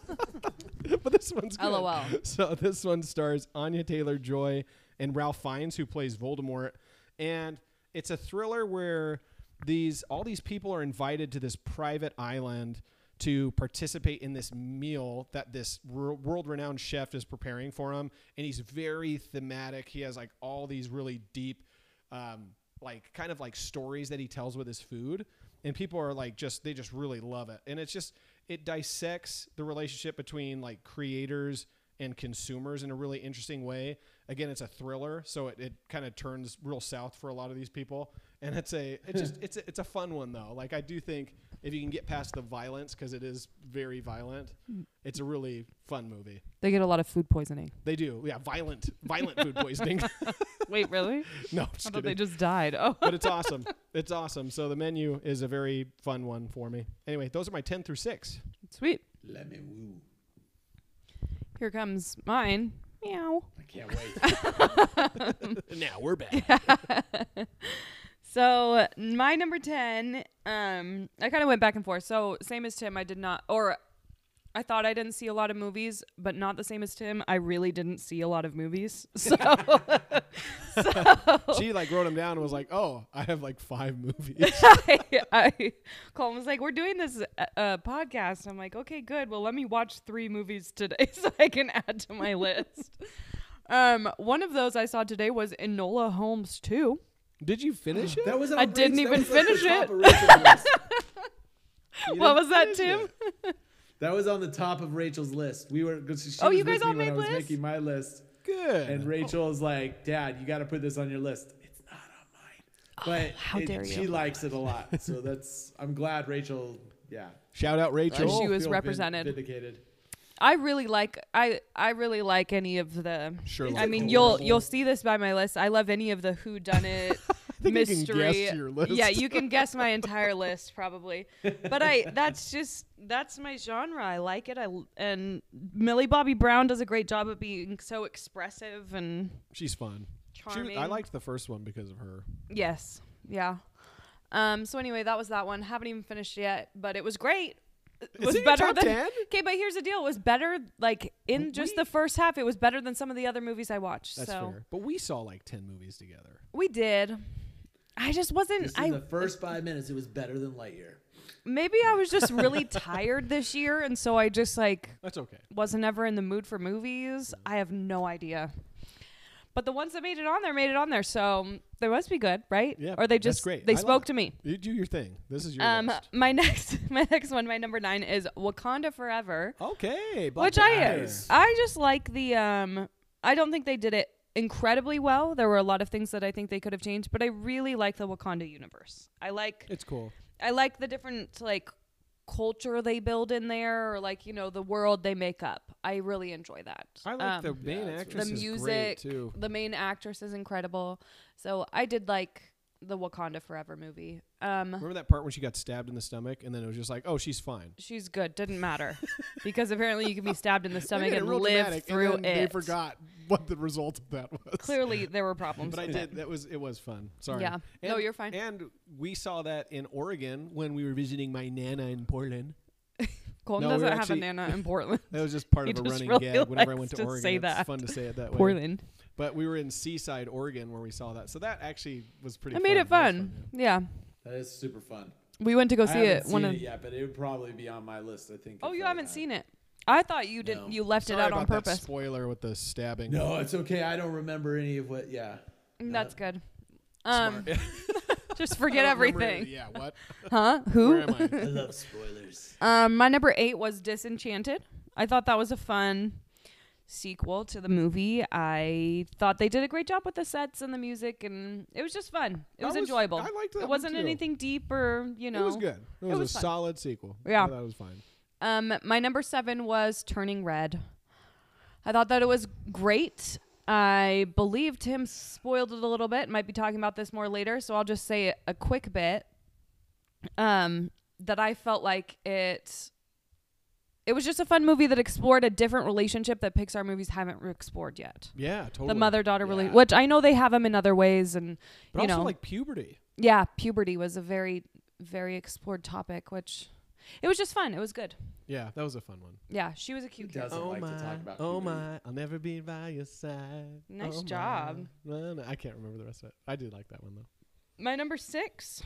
Speaker 3: <laughs> but this one's good.
Speaker 2: LOL.
Speaker 3: So this one stars Anya Taylor Joy and Ralph Fiennes, who plays Voldemort, and it's a thriller where these all these people are invited to this private island to participate in this meal that this wor- world-renowned chef is preparing for them, and he's very thematic. He has like all these really deep um, like kind of like stories that he tells with his food and people are like just they just really love it and it's just it dissects the relationship between like creators and consumers in a really interesting way again it's a thriller so it, it kind of turns real south for a lot of these people and it's a it's just it's a, it's a fun one though like i do think if you can get past the violence because it is very violent it's a really fun movie
Speaker 2: They get a lot of food poisoning.
Speaker 3: they do yeah violent violent food poisoning
Speaker 2: <laughs>
Speaker 3: <laughs>
Speaker 2: Wait, really?
Speaker 3: no just
Speaker 2: I
Speaker 3: kidding.
Speaker 2: thought they just died. Oh,
Speaker 3: but it's awesome. It's awesome. So the menu is a very fun one for me. Anyway, those are my 10 through <laughs> 6.
Speaker 2: sweet.
Speaker 4: Let me woo.
Speaker 2: Here comes mine. Meow.
Speaker 4: I can't
Speaker 2: <laughs>
Speaker 4: wait.
Speaker 1: now we're back.
Speaker 2: So my number ten, um, I kind of went back and forth. So same as Tim, I did not, or I thought I didn't see a lot of movies, but not the same as Tim. I really didn't see a lot of movies. <laughs> So
Speaker 3: She like wrote them down and was like, "Oh, I have like five movies."
Speaker 2: I, <laughs> I, Colin was like, "We're doing this uh, uh, podcast." I'm like, "Okay, good. Well, let me watch three movies today <laughs> so I can add to my list." Um, one of those I saw today was Enola Holmes 2.
Speaker 3: <laughs> Did you finish it?
Speaker 4: That was
Speaker 2: I didn't even finish it.
Speaker 4: it.
Speaker 3: You
Speaker 2: <laughs>
Speaker 3: didn't
Speaker 2: What was that,
Speaker 3: finish
Speaker 2: Tim?
Speaker 3: it.
Speaker 4: That was on the top of Rachel's list. We were. 'cause She
Speaker 2: Oh,
Speaker 4: was
Speaker 2: you guys
Speaker 4: with
Speaker 2: all
Speaker 4: me when
Speaker 2: made
Speaker 4: I was
Speaker 2: lists?
Speaker 4: making my list,
Speaker 3: Good.
Speaker 4: and Rachel's like, "Dad, you got to put this on your list." It's not on mine, but
Speaker 2: Oh, how
Speaker 4: it-
Speaker 2: dare
Speaker 4: she
Speaker 2: you.
Speaker 4: likes it a lot.
Speaker 2: <laughs>
Speaker 4: So that's. I'm glad Rachel. Yeah,
Speaker 3: Shout out Rachel.
Speaker 2: She
Speaker 4: Feel
Speaker 2: was
Speaker 4: vin-
Speaker 2: represented.
Speaker 4: vindicated.
Speaker 2: I really like I I really like any of the
Speaker 3: Sherlock
Speaker 2: I mean
Speaker 4: Holmes.
Speaker 2: you'll you'll see this by my list. I love any of the who
Speaker 3: <laughs>
Speaker 2: done it
Speaker 3: think you can
Speaker 2: mystery.
Speaker 3: guess your list.
Speaker 2: Yeah, you can guess my entire list probably. But I that's just that's my genre. I like it. I l- and Millie Bobby Brown does a great job of being so expressive and
Speaker 3: She's fun. She was- I
Speaker 2: Charming.
Speaker 3: liked the first one because of her.
Speaker 2: yes. Yeah. Um so anyway, that was that one. Haven't even finished yet, but it was great. It
Speaker 3: Is it your top 10?
Speaker 2: <laughs> Okay, but here's the deal. It was better, like, in just the first half, it was better than some of the other movies I watched.
Speaker 3: That's
Speaker 2: so
Speaker 3: fair. But we saw like 10 movies together.
Speaker 2: we did. I just wasn't.
Speaker 4: Just in
Speaker 2: I
Speaker 4: the first five minutes, it was better than Lightyear.
Speaker 2: maybe I was
Speaker 3: <laughs>
Speaker 2: just really tired this year, and so I just like
Speaker 3: That's okay.
Speaker 2: wasn't ever in the mood for movies.
Speaker 3: Mm-hmm.
Speaker 2: I have no idea. But the ones that made it on there made it on there, so they must be good, right?
Speaker 3: Yeah,
Speaker 2: Or they
Speaker 3: that's
Speaker 2: just
Speaker 3: great.
Speaker 2: they
Speaker 3: I love
Speaker 2: spoke
Speaker 3: it.
Speaker 2: to me.
Speaker 3: You do your thing. This is your
Speaker 2: Um,
Speaker 3: list.
Speaker 2: my <laughs> next my next one, my number nine is Wakanda Forever.
Speaker 3: Okay. Black
Speaker 2: which I
Speaker 3: Panther.
Speaker 2: I just like the um I don't think they did it incredibly well. There were a lot of things that I think they could have changed, but I really like the Wakanda universe. I like
Speaker 3: It's cool.
Speaker 2: I like the different like culture they build in there or like, you know, the world they make up. I really enjoy that.
Speaker 3: I like
Speaker 2: Um,
Speaker 3: the main
Speaker 4: it's-
Speaker 2: the
Speaker 3: actress is great
Speaker 2: music,
Speaker 3: too.
Speaker 2: the main actress is incredible. So I did like the Wakanda Forever movie. Um
Speaker 3: Remember that part when she got stabbed in the stomach and then it was just like, "Oh, she's fine."
Speaker 2: She's good. Didn't matter
Speaker 3: <laughs>
Speaker 2: because apparently you can be stabbed in the
Speaker 3: They
Speaker 2: stomach
Speaker 3: made it
Speaker 2: and
Speaker 3: real
Speaker 2: live
Speaker 3: dramatic,
Speaker 2: through
Speaker 3: and then They
Speaker 2: it.
Speaker 3: forgot what the result of that was. <laughs>
Speaker 2: Clearly, there were problems.
Speaker 3: But I
Speaker 2: with it.
Speaker 3: did. That was it. Was fun. Sorry.
Speaker 2: Yeah. No,
Speaker 3: And-
Speaker 2: you're fine.
Speaker 3: And we saw that in Oregon when we were visiting my nana in Portland.
Speaker 2: Colton
Speaker 3: No, we
Speaker 2: doesn't
Speaker 3: were
Speaker 2: have
Speaker 3: actually-
Speaker 2: a
Speaker 3: <laughs>
Speaker 2: nana in Portland.
Speaker 3: That was just part
Speaker 2: He
Speaker 3: of a
Speaker 2: just
Speaker 3: running
Speaker 2: really
Speaker 3: gag. Whenever I
Speaker 2: likes
Speaker 3: went to,
Speaker 2: to
Speaker 3: Oregon,
Speaker 2: say
Speaker 3: it's
Speaker 2: that.
Speaker 3: fun to say it that way.
Speaker 2: Portland.
Speaker 3: But we were in Seaside, Oregon, where we saw that. So that actually was pretty.
Speaker 2: I made it
Speaker 3: That was
Speaker 2: fun. Yeah,
Speaker 4: That is super fun.
Speaker 2: we went to go
Speaker 4: I
Speaker 2: see
Speaker 4: haven't
Speaker 2: it.
Speaker 4: seen
Speaker 2: One
Speaker 4: it
Speaker 2: of
Speaker 4: yet, but it would probably be on my list. I think.
Speaker 2: oh,
Speaker 4: if
Speaker 2: you
Speaker 4: I
Speaker 2: haven't
Speaker 4: had-
Speaker 2: seen it. I thought you didn't.
Speaker 4: No.
Speaker 2: You left
Speaker 3: Uh, Sorry
Speaker 2: it out
Speaker 3: about
Speaker 2: on
Speaker 3: that
Speaker 2: purpose.
Speaker 3: spoiler with the stabbing.
Speaker 4: No, it's okay. I don't remember any of what. Yeah.
Speaker 2: <laughs> Mm, That's good.
Speaker 3: <laughs>
Speaker 2: Um, <laughs> just forget everything,
Speaker 3: Yeah.
Speaker 2: <laughs>
Speaker 3: What?
Speaker 2: huh?
Speaker 3: Where
Speaker 2: Who?
Speaker 3: am I?
Speaker 4: I love spoilers.
Speaker 2: Um, my number eight was Disenchanted. I thought that was a fun sequel to the movie. I thought they did a great job with the sets and the music, and it was just fun. It
Speaker 3: That
Speaker 2: was,
Speaker 3: was-
Speaker 2: enjoyable.
Speaker 3: I liked that
Speaker 2: It
Speaker 3: one,
Speaker 2: wasn't
Speaker 3: too.
Speaker 2: anything deep or you know.
Speaker 3: It was good. It was,
Speaker 2: was
Speaker 3: a
Speaker 2: fun.
Speaker 3: solid sequel.
Speaker 2: Yeah.
Speaker 3: That was fine.
Speaker 2: Um, my number seven was Turning Red. I thought that it was great. I believe Tim spoiled it a little bit. Might be talking about this more later, so I'll just say it a quick bit. Um, that I felt like it. It was just a fun movie that explored a different relationship that Pixar movies haven't re- explored yet.
Speaker 3: Yeah, totally.
Speaker 2: The mother daughter
Speaker 3: Yeah.
Speaker 2: relationship, which I know they have them in other ways, and
Speaker 3: But
Speaker 2: you
Speaker 3: also
Speaker 2: know,
Speaker 3: like puberty.
Speaker 2: yeah, puberty was a very very explored topic, which it was just fun. It was good.
Speaker 3: Yeah, that was a fun one.
Speaker 2: Yeah, she was a cute kid.
Speaker 4: does- Doesn't like to talk about
Speaker 3: oh
Speaker 4: puberty.
Speaker 3: my, I'll never be by your side.
Speaker 2: Nice
Speaker 3: Oh my.
Speaker 2: job.
Speaker 3: No, no, I can't remember the rest of it. I did like that one though.
Speaker 2: My number six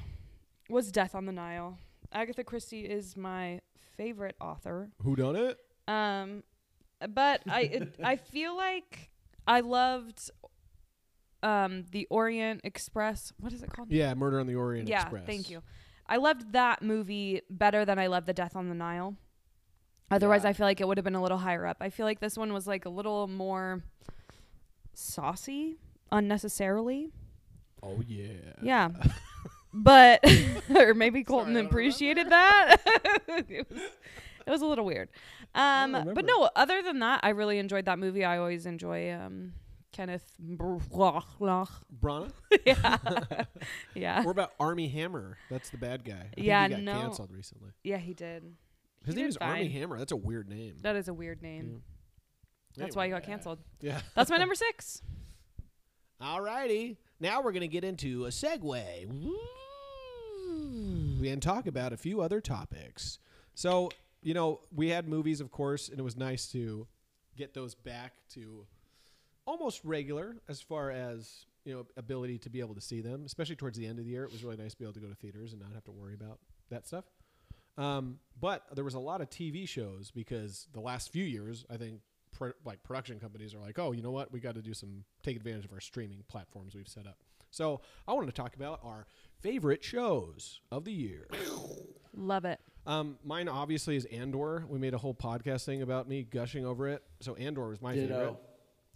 Speaker 2: was Death on the Nile. Agatha Christie is my favorite author.
Speaker 3: Who done it?
Speaker 2: Um, but
Speaker 3: <laughs>
Speaker 2: I it, I feel like I loved um the Orient Express. What is it called?
Speaker 3: Yeah, Murder on the Orient
Speaker 2: yeah,
Speaker 3: Express.
Speaker 2: thank you. I loved that movie better than I loved The Death on the Nile. Otherwise,
Speaker 4: Yeah.
Speaker 2: I feel like it would have been a little higher up. I feel like this one was like a little more saucy unnecessarily.
Speaker 3: Oh yeah. <laughs>
Speaker 2: Yeah. but <laughs> or maybe Colton
Speaker 3: I don't
Speaker 2: appreciated that. <laughs> it, was, it was a little weird. Um
Speaker 3: remember.
Speaker 2: but no, other than that, I really enjoyed that movie. I always enjoy um Kenneth Branagh. <laughs>
Speaker 3: Brana,
Speaker 2: yeah.
Speaker 3: <laughs>
Speaker 2: yeah.
Speaker 3: what about Army Hammer? That's the bad guy. I think
Speaker 2: Yeah,
Speaker 3: he got
Speaker 2: no.
Speaker 3: canceled recently.
Speaker 2: Yeah, he did.
Speaker 3: His
Speaker 2: He
Speaker 3: name
Speaker 2: did
Speaker 3: is Army
Speaker 2: fine.
Speaker 3: Hammer. That's a weird name.
Speaker 2: That is a weird name. That's why he
Speaker 3: Anyway.
Speaker 2: got canceled.
Speaker 3: Yeah. <laughs>
Speaker 2: That's my number 6.
Speaker 3: Alrighty. Now we're gonna get into a segue Woo. and talk about a few other topics. So you know we had movies, of course, and it was nice to get those back to almost regular as far as you know ability to be able to see them, especially towards the end of the year. It was really nice to be able to go to theaters and not have to worry about that stuff. Um, but there was a lot of TV shows because the last few years, I think, pro- like production companies are like, oh, you know what? We got to do some take advantage of our streaming platforms we've set up. So I wanted to talk about our favorite shows of the year.
Speaker 2: Love it.
Speaker 3: Um, mine obviously is Andor. We made a whole podcast thing about me gushing over it. So Andor was my
Speaker 4: Ditto.
Speaker 3: favorite.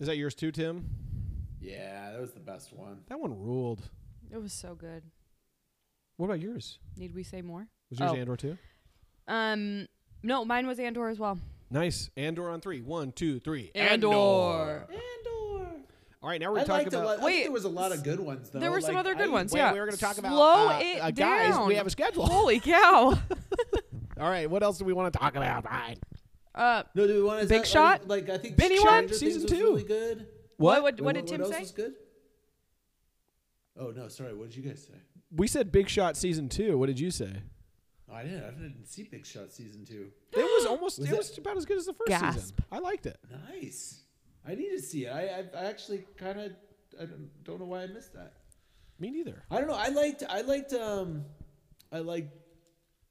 Speaker 3: Is that yours too, Tim?
Speaker 4: Yeah, that was the best one.
Speaker 3: That one ruled.
Speaker 2: It was so good.
Speaker 3: What about yours?
Speaker 2: Need we say more?
Speaker 3: Was yours
Speaker 2: Oh.
Speaker 3: Andor too?
Speaker 2: Um no, mine was Andor as well.
Speaker 3: Nice. Andor on three. One, two, three.
Speaker 4: Andor.
Speaker 3: All right, now we're going
Speaker 4: I
Speaker 3: to talk
Speaker 4: liked a
Speaker 3: about.
Speaker 4: lot. I think
Speaker 2: Wait,
Speaker 4: there was a lot of good ones though.
Speaker 2: there were some other good ones.
Speaker 3: Wait,
Speaker 2: yeah.
Speaker 3: we were gonna talk about,
Speaker 2: Slow
Speaker 3: uh,
Speaker 2: it
Speaker 3: uh, guys,
Speaker 2: down.
Speaker 3: we have a schedule.
Speaker 2: Holy cow.
Speaker 3: <laughs> All right, what else do we want to talk about, Ryan?
Speaker 2: uh
Speaker 4: No, do we want to
Speaker 2: Big Shot?
Speaker 4: Like, I think
Speaker 2: Benny
Speaker 4: Stranger
Speaker 2: One?
Speaker 4: Things
Speaker 3: Season
Speaker 4: was
Speaker 3: two.
Speaker 4: really good.
Speaker 2: What, what, what
Speaker 4: Wait,
Speaker 2: did Tim
Speaker 4: else
Speaker 2: say?
Speaker 4: Was good? Oh no, sorry. What did you guys say?
Speaker 3: We said Big Shot season two. What did you say?
Speaker 4: Oh, I didn't. I didn't see Big Shot season two.
Speaker 3: It was almost.
Speaker 4: Was
Speaker 3: it
Speaker 4: that-
Speaker 3: was about as good as the first season.
Speaker 2: Gasp.
Speaker 3: I liked it.
Speaker 4: Nice. I need to see it. I I, I actually kind of I don't, don't know why I missed that.
Speaker 3: Me neither.
Speaker 4: I don't know. I liked I liked um I liked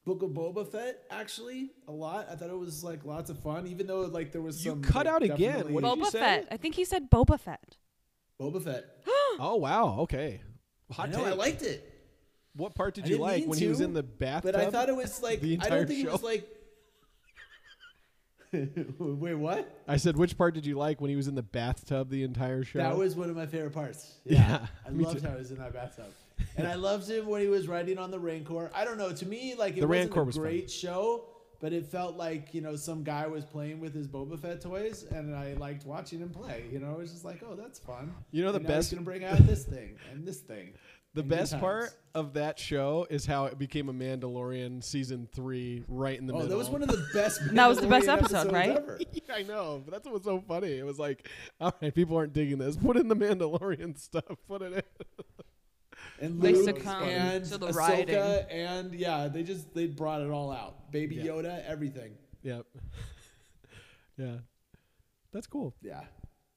Speaker 4: Book of Boba Fett actually a lot. I thought it was like lots of fun, even though like there was
Speaker 3: You
Speaker 4: some
Speaker 3: cut
Speaker 4: like,
Speaker 3: out again.
Speaker 4: definitely-
Speaker 3: What did you
Speaker 2: Boba
Speaker 3: say?
Speaker 2: Fett. I think he said Boba
Speaker 4: <laughs>
Speaker 2: Fett.
Speaker 4: Boba <gasps> Fett.
Speaker 3: <gasps> Oh wow. Okay.
Speaker 4: I
Speaker 3: Hot
Speaker 4: know. I
Speaker 3: take.
Speaker 4: liked it.
Speaker 3: what part did
Speaker 4: I
Speaker 3: you
Speaker 4: didn't
Speaker 3: like
Speaker 4: mean
Speaker 3: when he was
Speaker 4: to,
Speaker 3: in the bathtub?
Speaker 4: But I thought
Speaker 3: <laughs>
Speaker 4: it was like
Speaker 3: The
Speaker 4: I
Speaker 3: entire
Speaker 4: don't think it was
Speaker 3: show?
Speaker 4: like. <laughs> Wait, what?
Speaker 3: I said, which part did you like when he was in the bathtub the entire show?
Speaker 4: That was one of my favorite parts.
Speaker 3: <laughs> Yeah,
Speaker 4: I
Speaker 3: me
Speaker 4: loved
Speaker 3: too.
Speaker 4: how he was in that bathtub. And I loved him when he was riding on the Rancor. I don't know. To me, like it
Speaker 3: The
Speaker 4: wasn't
Speaker 3: Rancor
Speaker 4: a
Speaker 3: was fun.
Speaker 4: great show, but it felt like you know some guy was playing with his Boba Fett toys, and I liked watching him play. You know, it was just like, oh, that's fun.
Speaker 3: You know the
Speaker 4: and
Speaker 3: best-
Speaker 4: He's gonna bring out this thing and this thing.
Speaker 3: <laughs> The
Speaker 4: and good
Speaker 3: best
Speaker 4: times.
Speaker 3: part of that show is how it became a Mandalorian season three, right in the
Speaker 4: Oh,
Speaker 3: middle.
Speaker 4: that was one of the best.
Speaker 2: <laughs> That was the best
Speaker 4: Mandalorian
Speaker 2: episode,
Speaker 4: episodes
Speaker 2: right?
Speaker 4: ever.
Speaker 3: Yeah, <laughs> I know, but that's what was so funny. It was like, <laughs> all right, people aren't digging this. Put in the Mandalorian <laughs> stuff. Put it in. <laughs>
Speaker 4: and
Speaker 2: They
Speaker 4: Luke
Speaker 2: succumb
Speaker 4: and
Speaker 2: to the
Speaker 4: Ahsoka
Speaker 2: rioting.
Speaker 4: and yeah, they just they brought it all out. Baby
Speaker 3: Yeah.
Speaker 4: Yoda, everything.
Speaker 3: Yep. <laughs> yeah, that's cool.
Speaker 4: Yeah.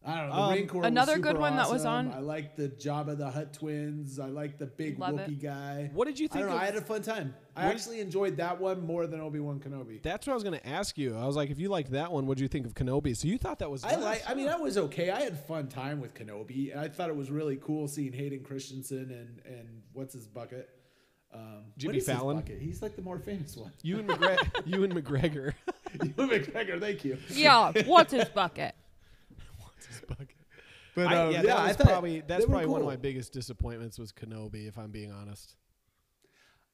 Speaker 4: I don't know. The
Speaker 3: Um,
Speaker 4: Rancor was
Speaker 2: Another
Speaker 4: super
Speaker 2: good one that was
Speaker 4: awesome.
Speaker 2: on-
Speaker 4: I like the Jabba the Hutt twins. I like the big
Speaker 2: Love
Speaker 4: Wookiee
Speaker 2: it.
Speaker 4: guy.
Speaker 3: What did you
Speaker 4: I
Speaker 3: think
Speaker 4: don't know.
Speaker 3: of-
Speaker 4: I had a fun time. I
Speaker 3: What-
Speaker 4: actually enjoyed that one more than Obi Wan Kenobi.
Speaker 3: That's what I was going to ask you. I was like, if you liked that one, what did you think of Kenobi? So you thought that was
Speaker 4: I
Speaker 3: nice.
Speaker 4: like. I mean, that was okay. I had fun time with Kenobi. I thought it was really cool seeing Hayden Christensen and and what's his bucket. Um,
Speaker 3: Jimmy
Speaker 4: what is his
Speaker 3: Fallon.
Speaker 4: bucket? He's like the more famous one. <laughs>
Speaker 3: you and McGregor. <laughs> you and McGregor.
Speaker 4: Ewan McGregor, thank you.
Speaker 2: Yeah, what's his
Speaker 4: <laughs>
Speaker 2: bucket?
Speaker 3: <laughs>
Speaker 4: But
Speaker 3: I-
Speaker 4: um,
Speaker 3: yeah, that was
Speaker 4: I thought
Speaker 3: probably that's
Speaker 4: they were
Speaker 3: probably one of
Speaker 4: cool.
Speaker 3: my biggest disappointments was Kenobi. If I'm being honest,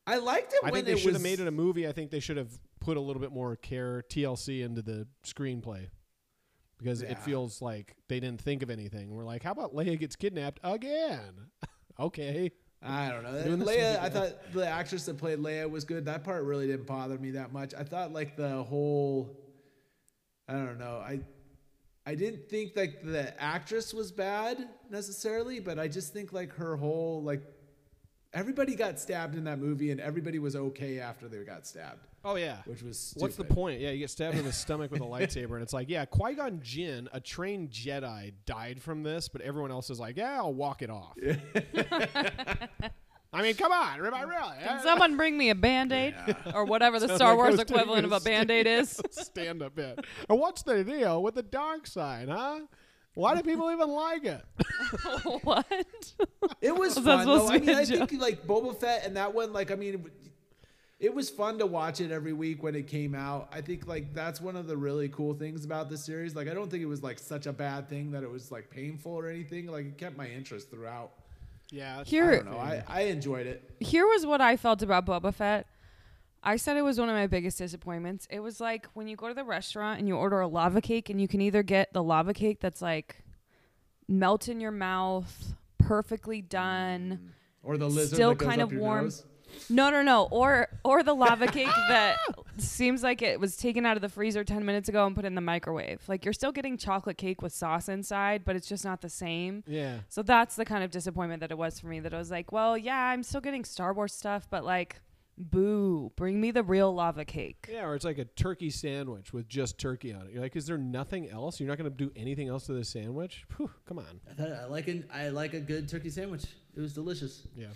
Speaker 4: I liked it.
Speaker 3: I
Speaker 4: when
Speaker 3: think they
Speaker 4: it
Speaker 3: should
Speaker 4: was-
Speaker 3: have made it a movie. I think they should have put a little bit more care TLC into the screenplay because it
Speaker 4: Yeah.
Speaker 3: feels like they didn't think of anything. We're like, how about Leia gets kidnapped again? <laughs> okay.
Speaker 4: I don't know.
Speaker 3: Doing this
Speaker 4: Leia,
Speaker 3: movie
Speaker 4: I thought the actress that played Leia was good. That part really didn't bother me that much. I thought like the whole I don't know. I I didn't think like the actress was bad necessarily, but I just think like her whole like everybody got stabbed in that movie and everybody was okay after they got stabbed.
Speaker 3: Oh yeah,
Speaker 4: Which was
Speaker 3: what's the
Speaker 4: stupid.
Speaker 3: point? Yeah, you get stabbed in the stomach with a lightsaber, and it's like, yeah, Qui Gon Jinn, a trained Jedi, died from this, but everyone else is like, yeah, I'll walk it off. <laughs>
Speaker 2: <laughs>
Speaker 3: I mean, come on, really? really?
Speaker 4: Uh,
Speaker 2: Can someone bring me a band aid or whatever the Star
Speaker 3: like I
Speaker 2: Wars
Speaker 3: was taking
Speaker 2: equivalent
Speaker 3: a
Speaker 2: of a band
Speaker 3: <laughs>
Speaker 2: aid
Speaker 4: <laughs>
Speaker 2: is? <laughs>
Speaker 3: stand up bit. And what's the deal with the dark side, huh? Why do people even like it?
Speaker 2: what?
Speaker 4: It was
Speaker 2: Was that
Speaker 4: fun. Though.
Speaker 2: supposed
Speaker 4: I
Speaker 2: to be
Speaker 4: mean,
Speaker 2: a
Speaker 4: I think like Boba Fett and that one. Like, I mean, it was fun to watch it every week when it came out. I think like that's one of the really cool things about the series. Like, I don't think it was like such a bad thing that it was like painful or anything. Like, it kept my interest throughout.
Speaker 3: <laughs> Yeah, it's-
Speaker 4: I
Speaker 2: Here,
Speaker 4: don't know. I, I enjoyed it.
Speaker 2: here was what I felt about Boba Fett. I said it was one of my biggest disappointments. It was like when you go to the restaurant and you order a lava cake, and you can either get the lava cake that's like melt in your mouth, perfectly
Speaker 4: Mm.
Speaker 2: done.
Speaker 4: Or the lizard
Speaker 2: Still
Speaker 4: that goes
Speaker 2: kind
Speaker 4: up
Speaker 2: of
Speaker 4: your
Speaker 2: warm.
Speaker 4: nose.
Speaker 2: No, no, no. Or or the
Speaker 4: <laughs>
Speaker 2: lava cake that seems like it was taken out of the freezer 10 minutes ago and put in the microwave. Like you're still getting chocolate cake with sauce inside, but it's just not the same.
Speaker 3: yeah.
Speaker 2: So that's the kind of disappointment that it was for me that I was like, well, yeah, I'm still getting Star Wars stuff, but like, boo, bring me the real lava cake.
Speaker 3: Yeah, or it's like a turkey sandwich with just turkey on it. You're like, is there nothing else? You're not going to do anything else to this sandwich? Phew, come on.
Speaker 4: I, thought, I like an, I like a good turkey sandwich. It was delicious.
Speaker 3: Yeah.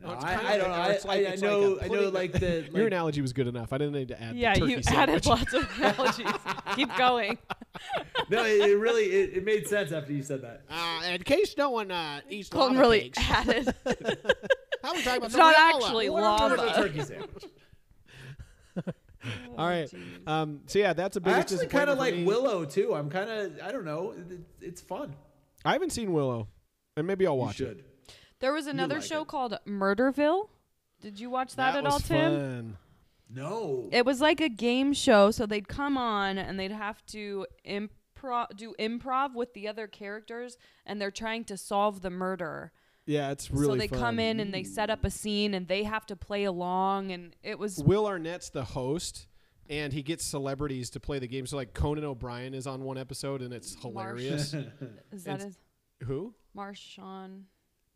Speaker 4: No,
Speaker 3: it's kinda
Speaker 4: I, I don't know.
Speaker 3: like- or
Speaker 4: I,
Speaker 3: it's like-
Speaker 4: I- I
Speaker 3: it's like a
Speaker 4: know. I know.
Speaker 3: pudding. <laughs>
Speaker 4: Like the
Speaker 3: Your
Speaker 4: like,
Speaker 3: analogy was good enough. I didn't need to add.
Speaker 2: Yeah,
Speaker 3: the turkey
Speaker 2: you
Speaker 3: sandwich. <laughs>
Speaker 2: added lots of analogies. Keep going.
Speaker 4: <laughs> no. It, it really it, it made sense after you said that.
Speaker 1: Uh, in case no one
Speaker 2: <laughs>
Speaker 1: uh, eats
Speaker 2: Colton
Speaker 1: lava
Speaker 2: really
Speaker 1: cakes, <laughs>
Speaker 2: added.
Speaker 1: how we talking about
Speaker 2: It's
Speaker 1: the
Speaker 2: not
Speaker 1: Ricola?
Speaker 2: actually
Speaker 1: What?
Speaker 4: It was a
Speaker 2: lava.
Speaker 4: turkey sandwich.
Speaker 3: All right. Um, so yeah, that's a
Speaker 4: I
Speaker 3: big.
Speaker 4: actually kind of like
Speaker 3: me.
Speaker 4: Willow too. I'm kind of I don't know. It, it's fun.
Speaker 3: I haven't seen Willow, and maybe I'll watch
Speaker 4: you
Speaker 3: it.
Speaker 4: should.
Speaker 2: There was another
Speaker 4: like
Speaker 2: show
Speaker 4: it.
Speaker 2: called Murderville. Did you watch that, at
Speaker 3: was
Speaker 2: all, Tim?
Speaker 3: fun.
Speaker 4: No.
Speaker 2: It was like a game show, so they'd come on and they'd have to improv, do improv with the other characters, and they're trying to solve the murder.
Speaker 3: Yeah, it's really.
Speaker 2: so they
Speaker 3: fun.
Speaker 2: come in and they set up a scene and they have to play along and it was
Speaker 3: Will Arnett's the host, and he gets celebrities to play the game. So like Conan O'Brien is on one episode, and it's hilarious.
Speaker 2: is that
Speaker 3: it's-
Speaker 2: his
Speaker 3: Who?
Speaker 2: Marshawn?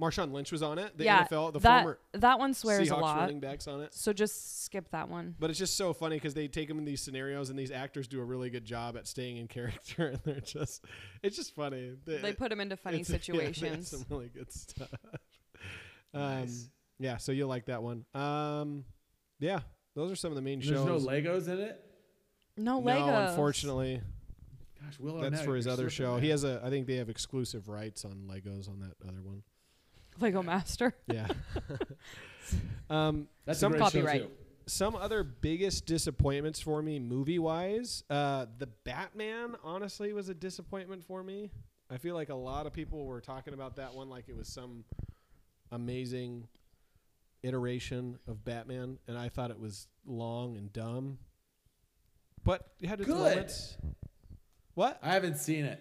Speaker 3: Marshawn Lynch was on it. The
Speaker 2: yeah,
Speaker 3: NFL, the
Speaker 2: that
Speaker 3: former
Speaker 2: that one swears
Speaker 3: Seahawks
Speaker 2: a lot.
Speaker 3: running backs on it.
Speaker 2: So just skip that one.
Speaker 3: But it's just so funny because they take them in these scenarios, and these actors do a really good job at staying in character, <laughs> and they're just, it's just funny.
Speaker 2: They put him into funny
Speaker 3: It's- <laughs> yeah, they had
Speaker 2: situations.
Speaker 3: some really good
Speaker 2: <laughs>
Speaker 3: stuff. Um, Yeah, so you'll like that one. Um, yeah, those are some of the main
Speaker 4: There's no
Speaker 3: shows.
Speaker 4: Legos in it.
Speaker 3: No,
Speaker 2: no Lego.
Speaker 3: unfortunately,
Speaker 4: Gosh, Willow.
Speaker 3: that's for his other show. He has a. I think they have exclusive rights on Legos on that other one.
Speaker 2: Lego Master. <laughs>
Speaker 3: Yeah. <laughs> um,
Speaker 4: That's
Speaker 3: some
Speaker 4: a great show,
Speaker 2: copyright.
Speaker 4: too.
Speaker 3: some other biggest disappointments for me movie wise uh the batman honestly was a disappointment for me i feel like a lot of people were talking about that one like it was some amazing iteration of batman and i thought it was long and dumb but it had its
Speaker 4: Good.
Speaker 3: moments what
Speaker 4: I haven't seen it.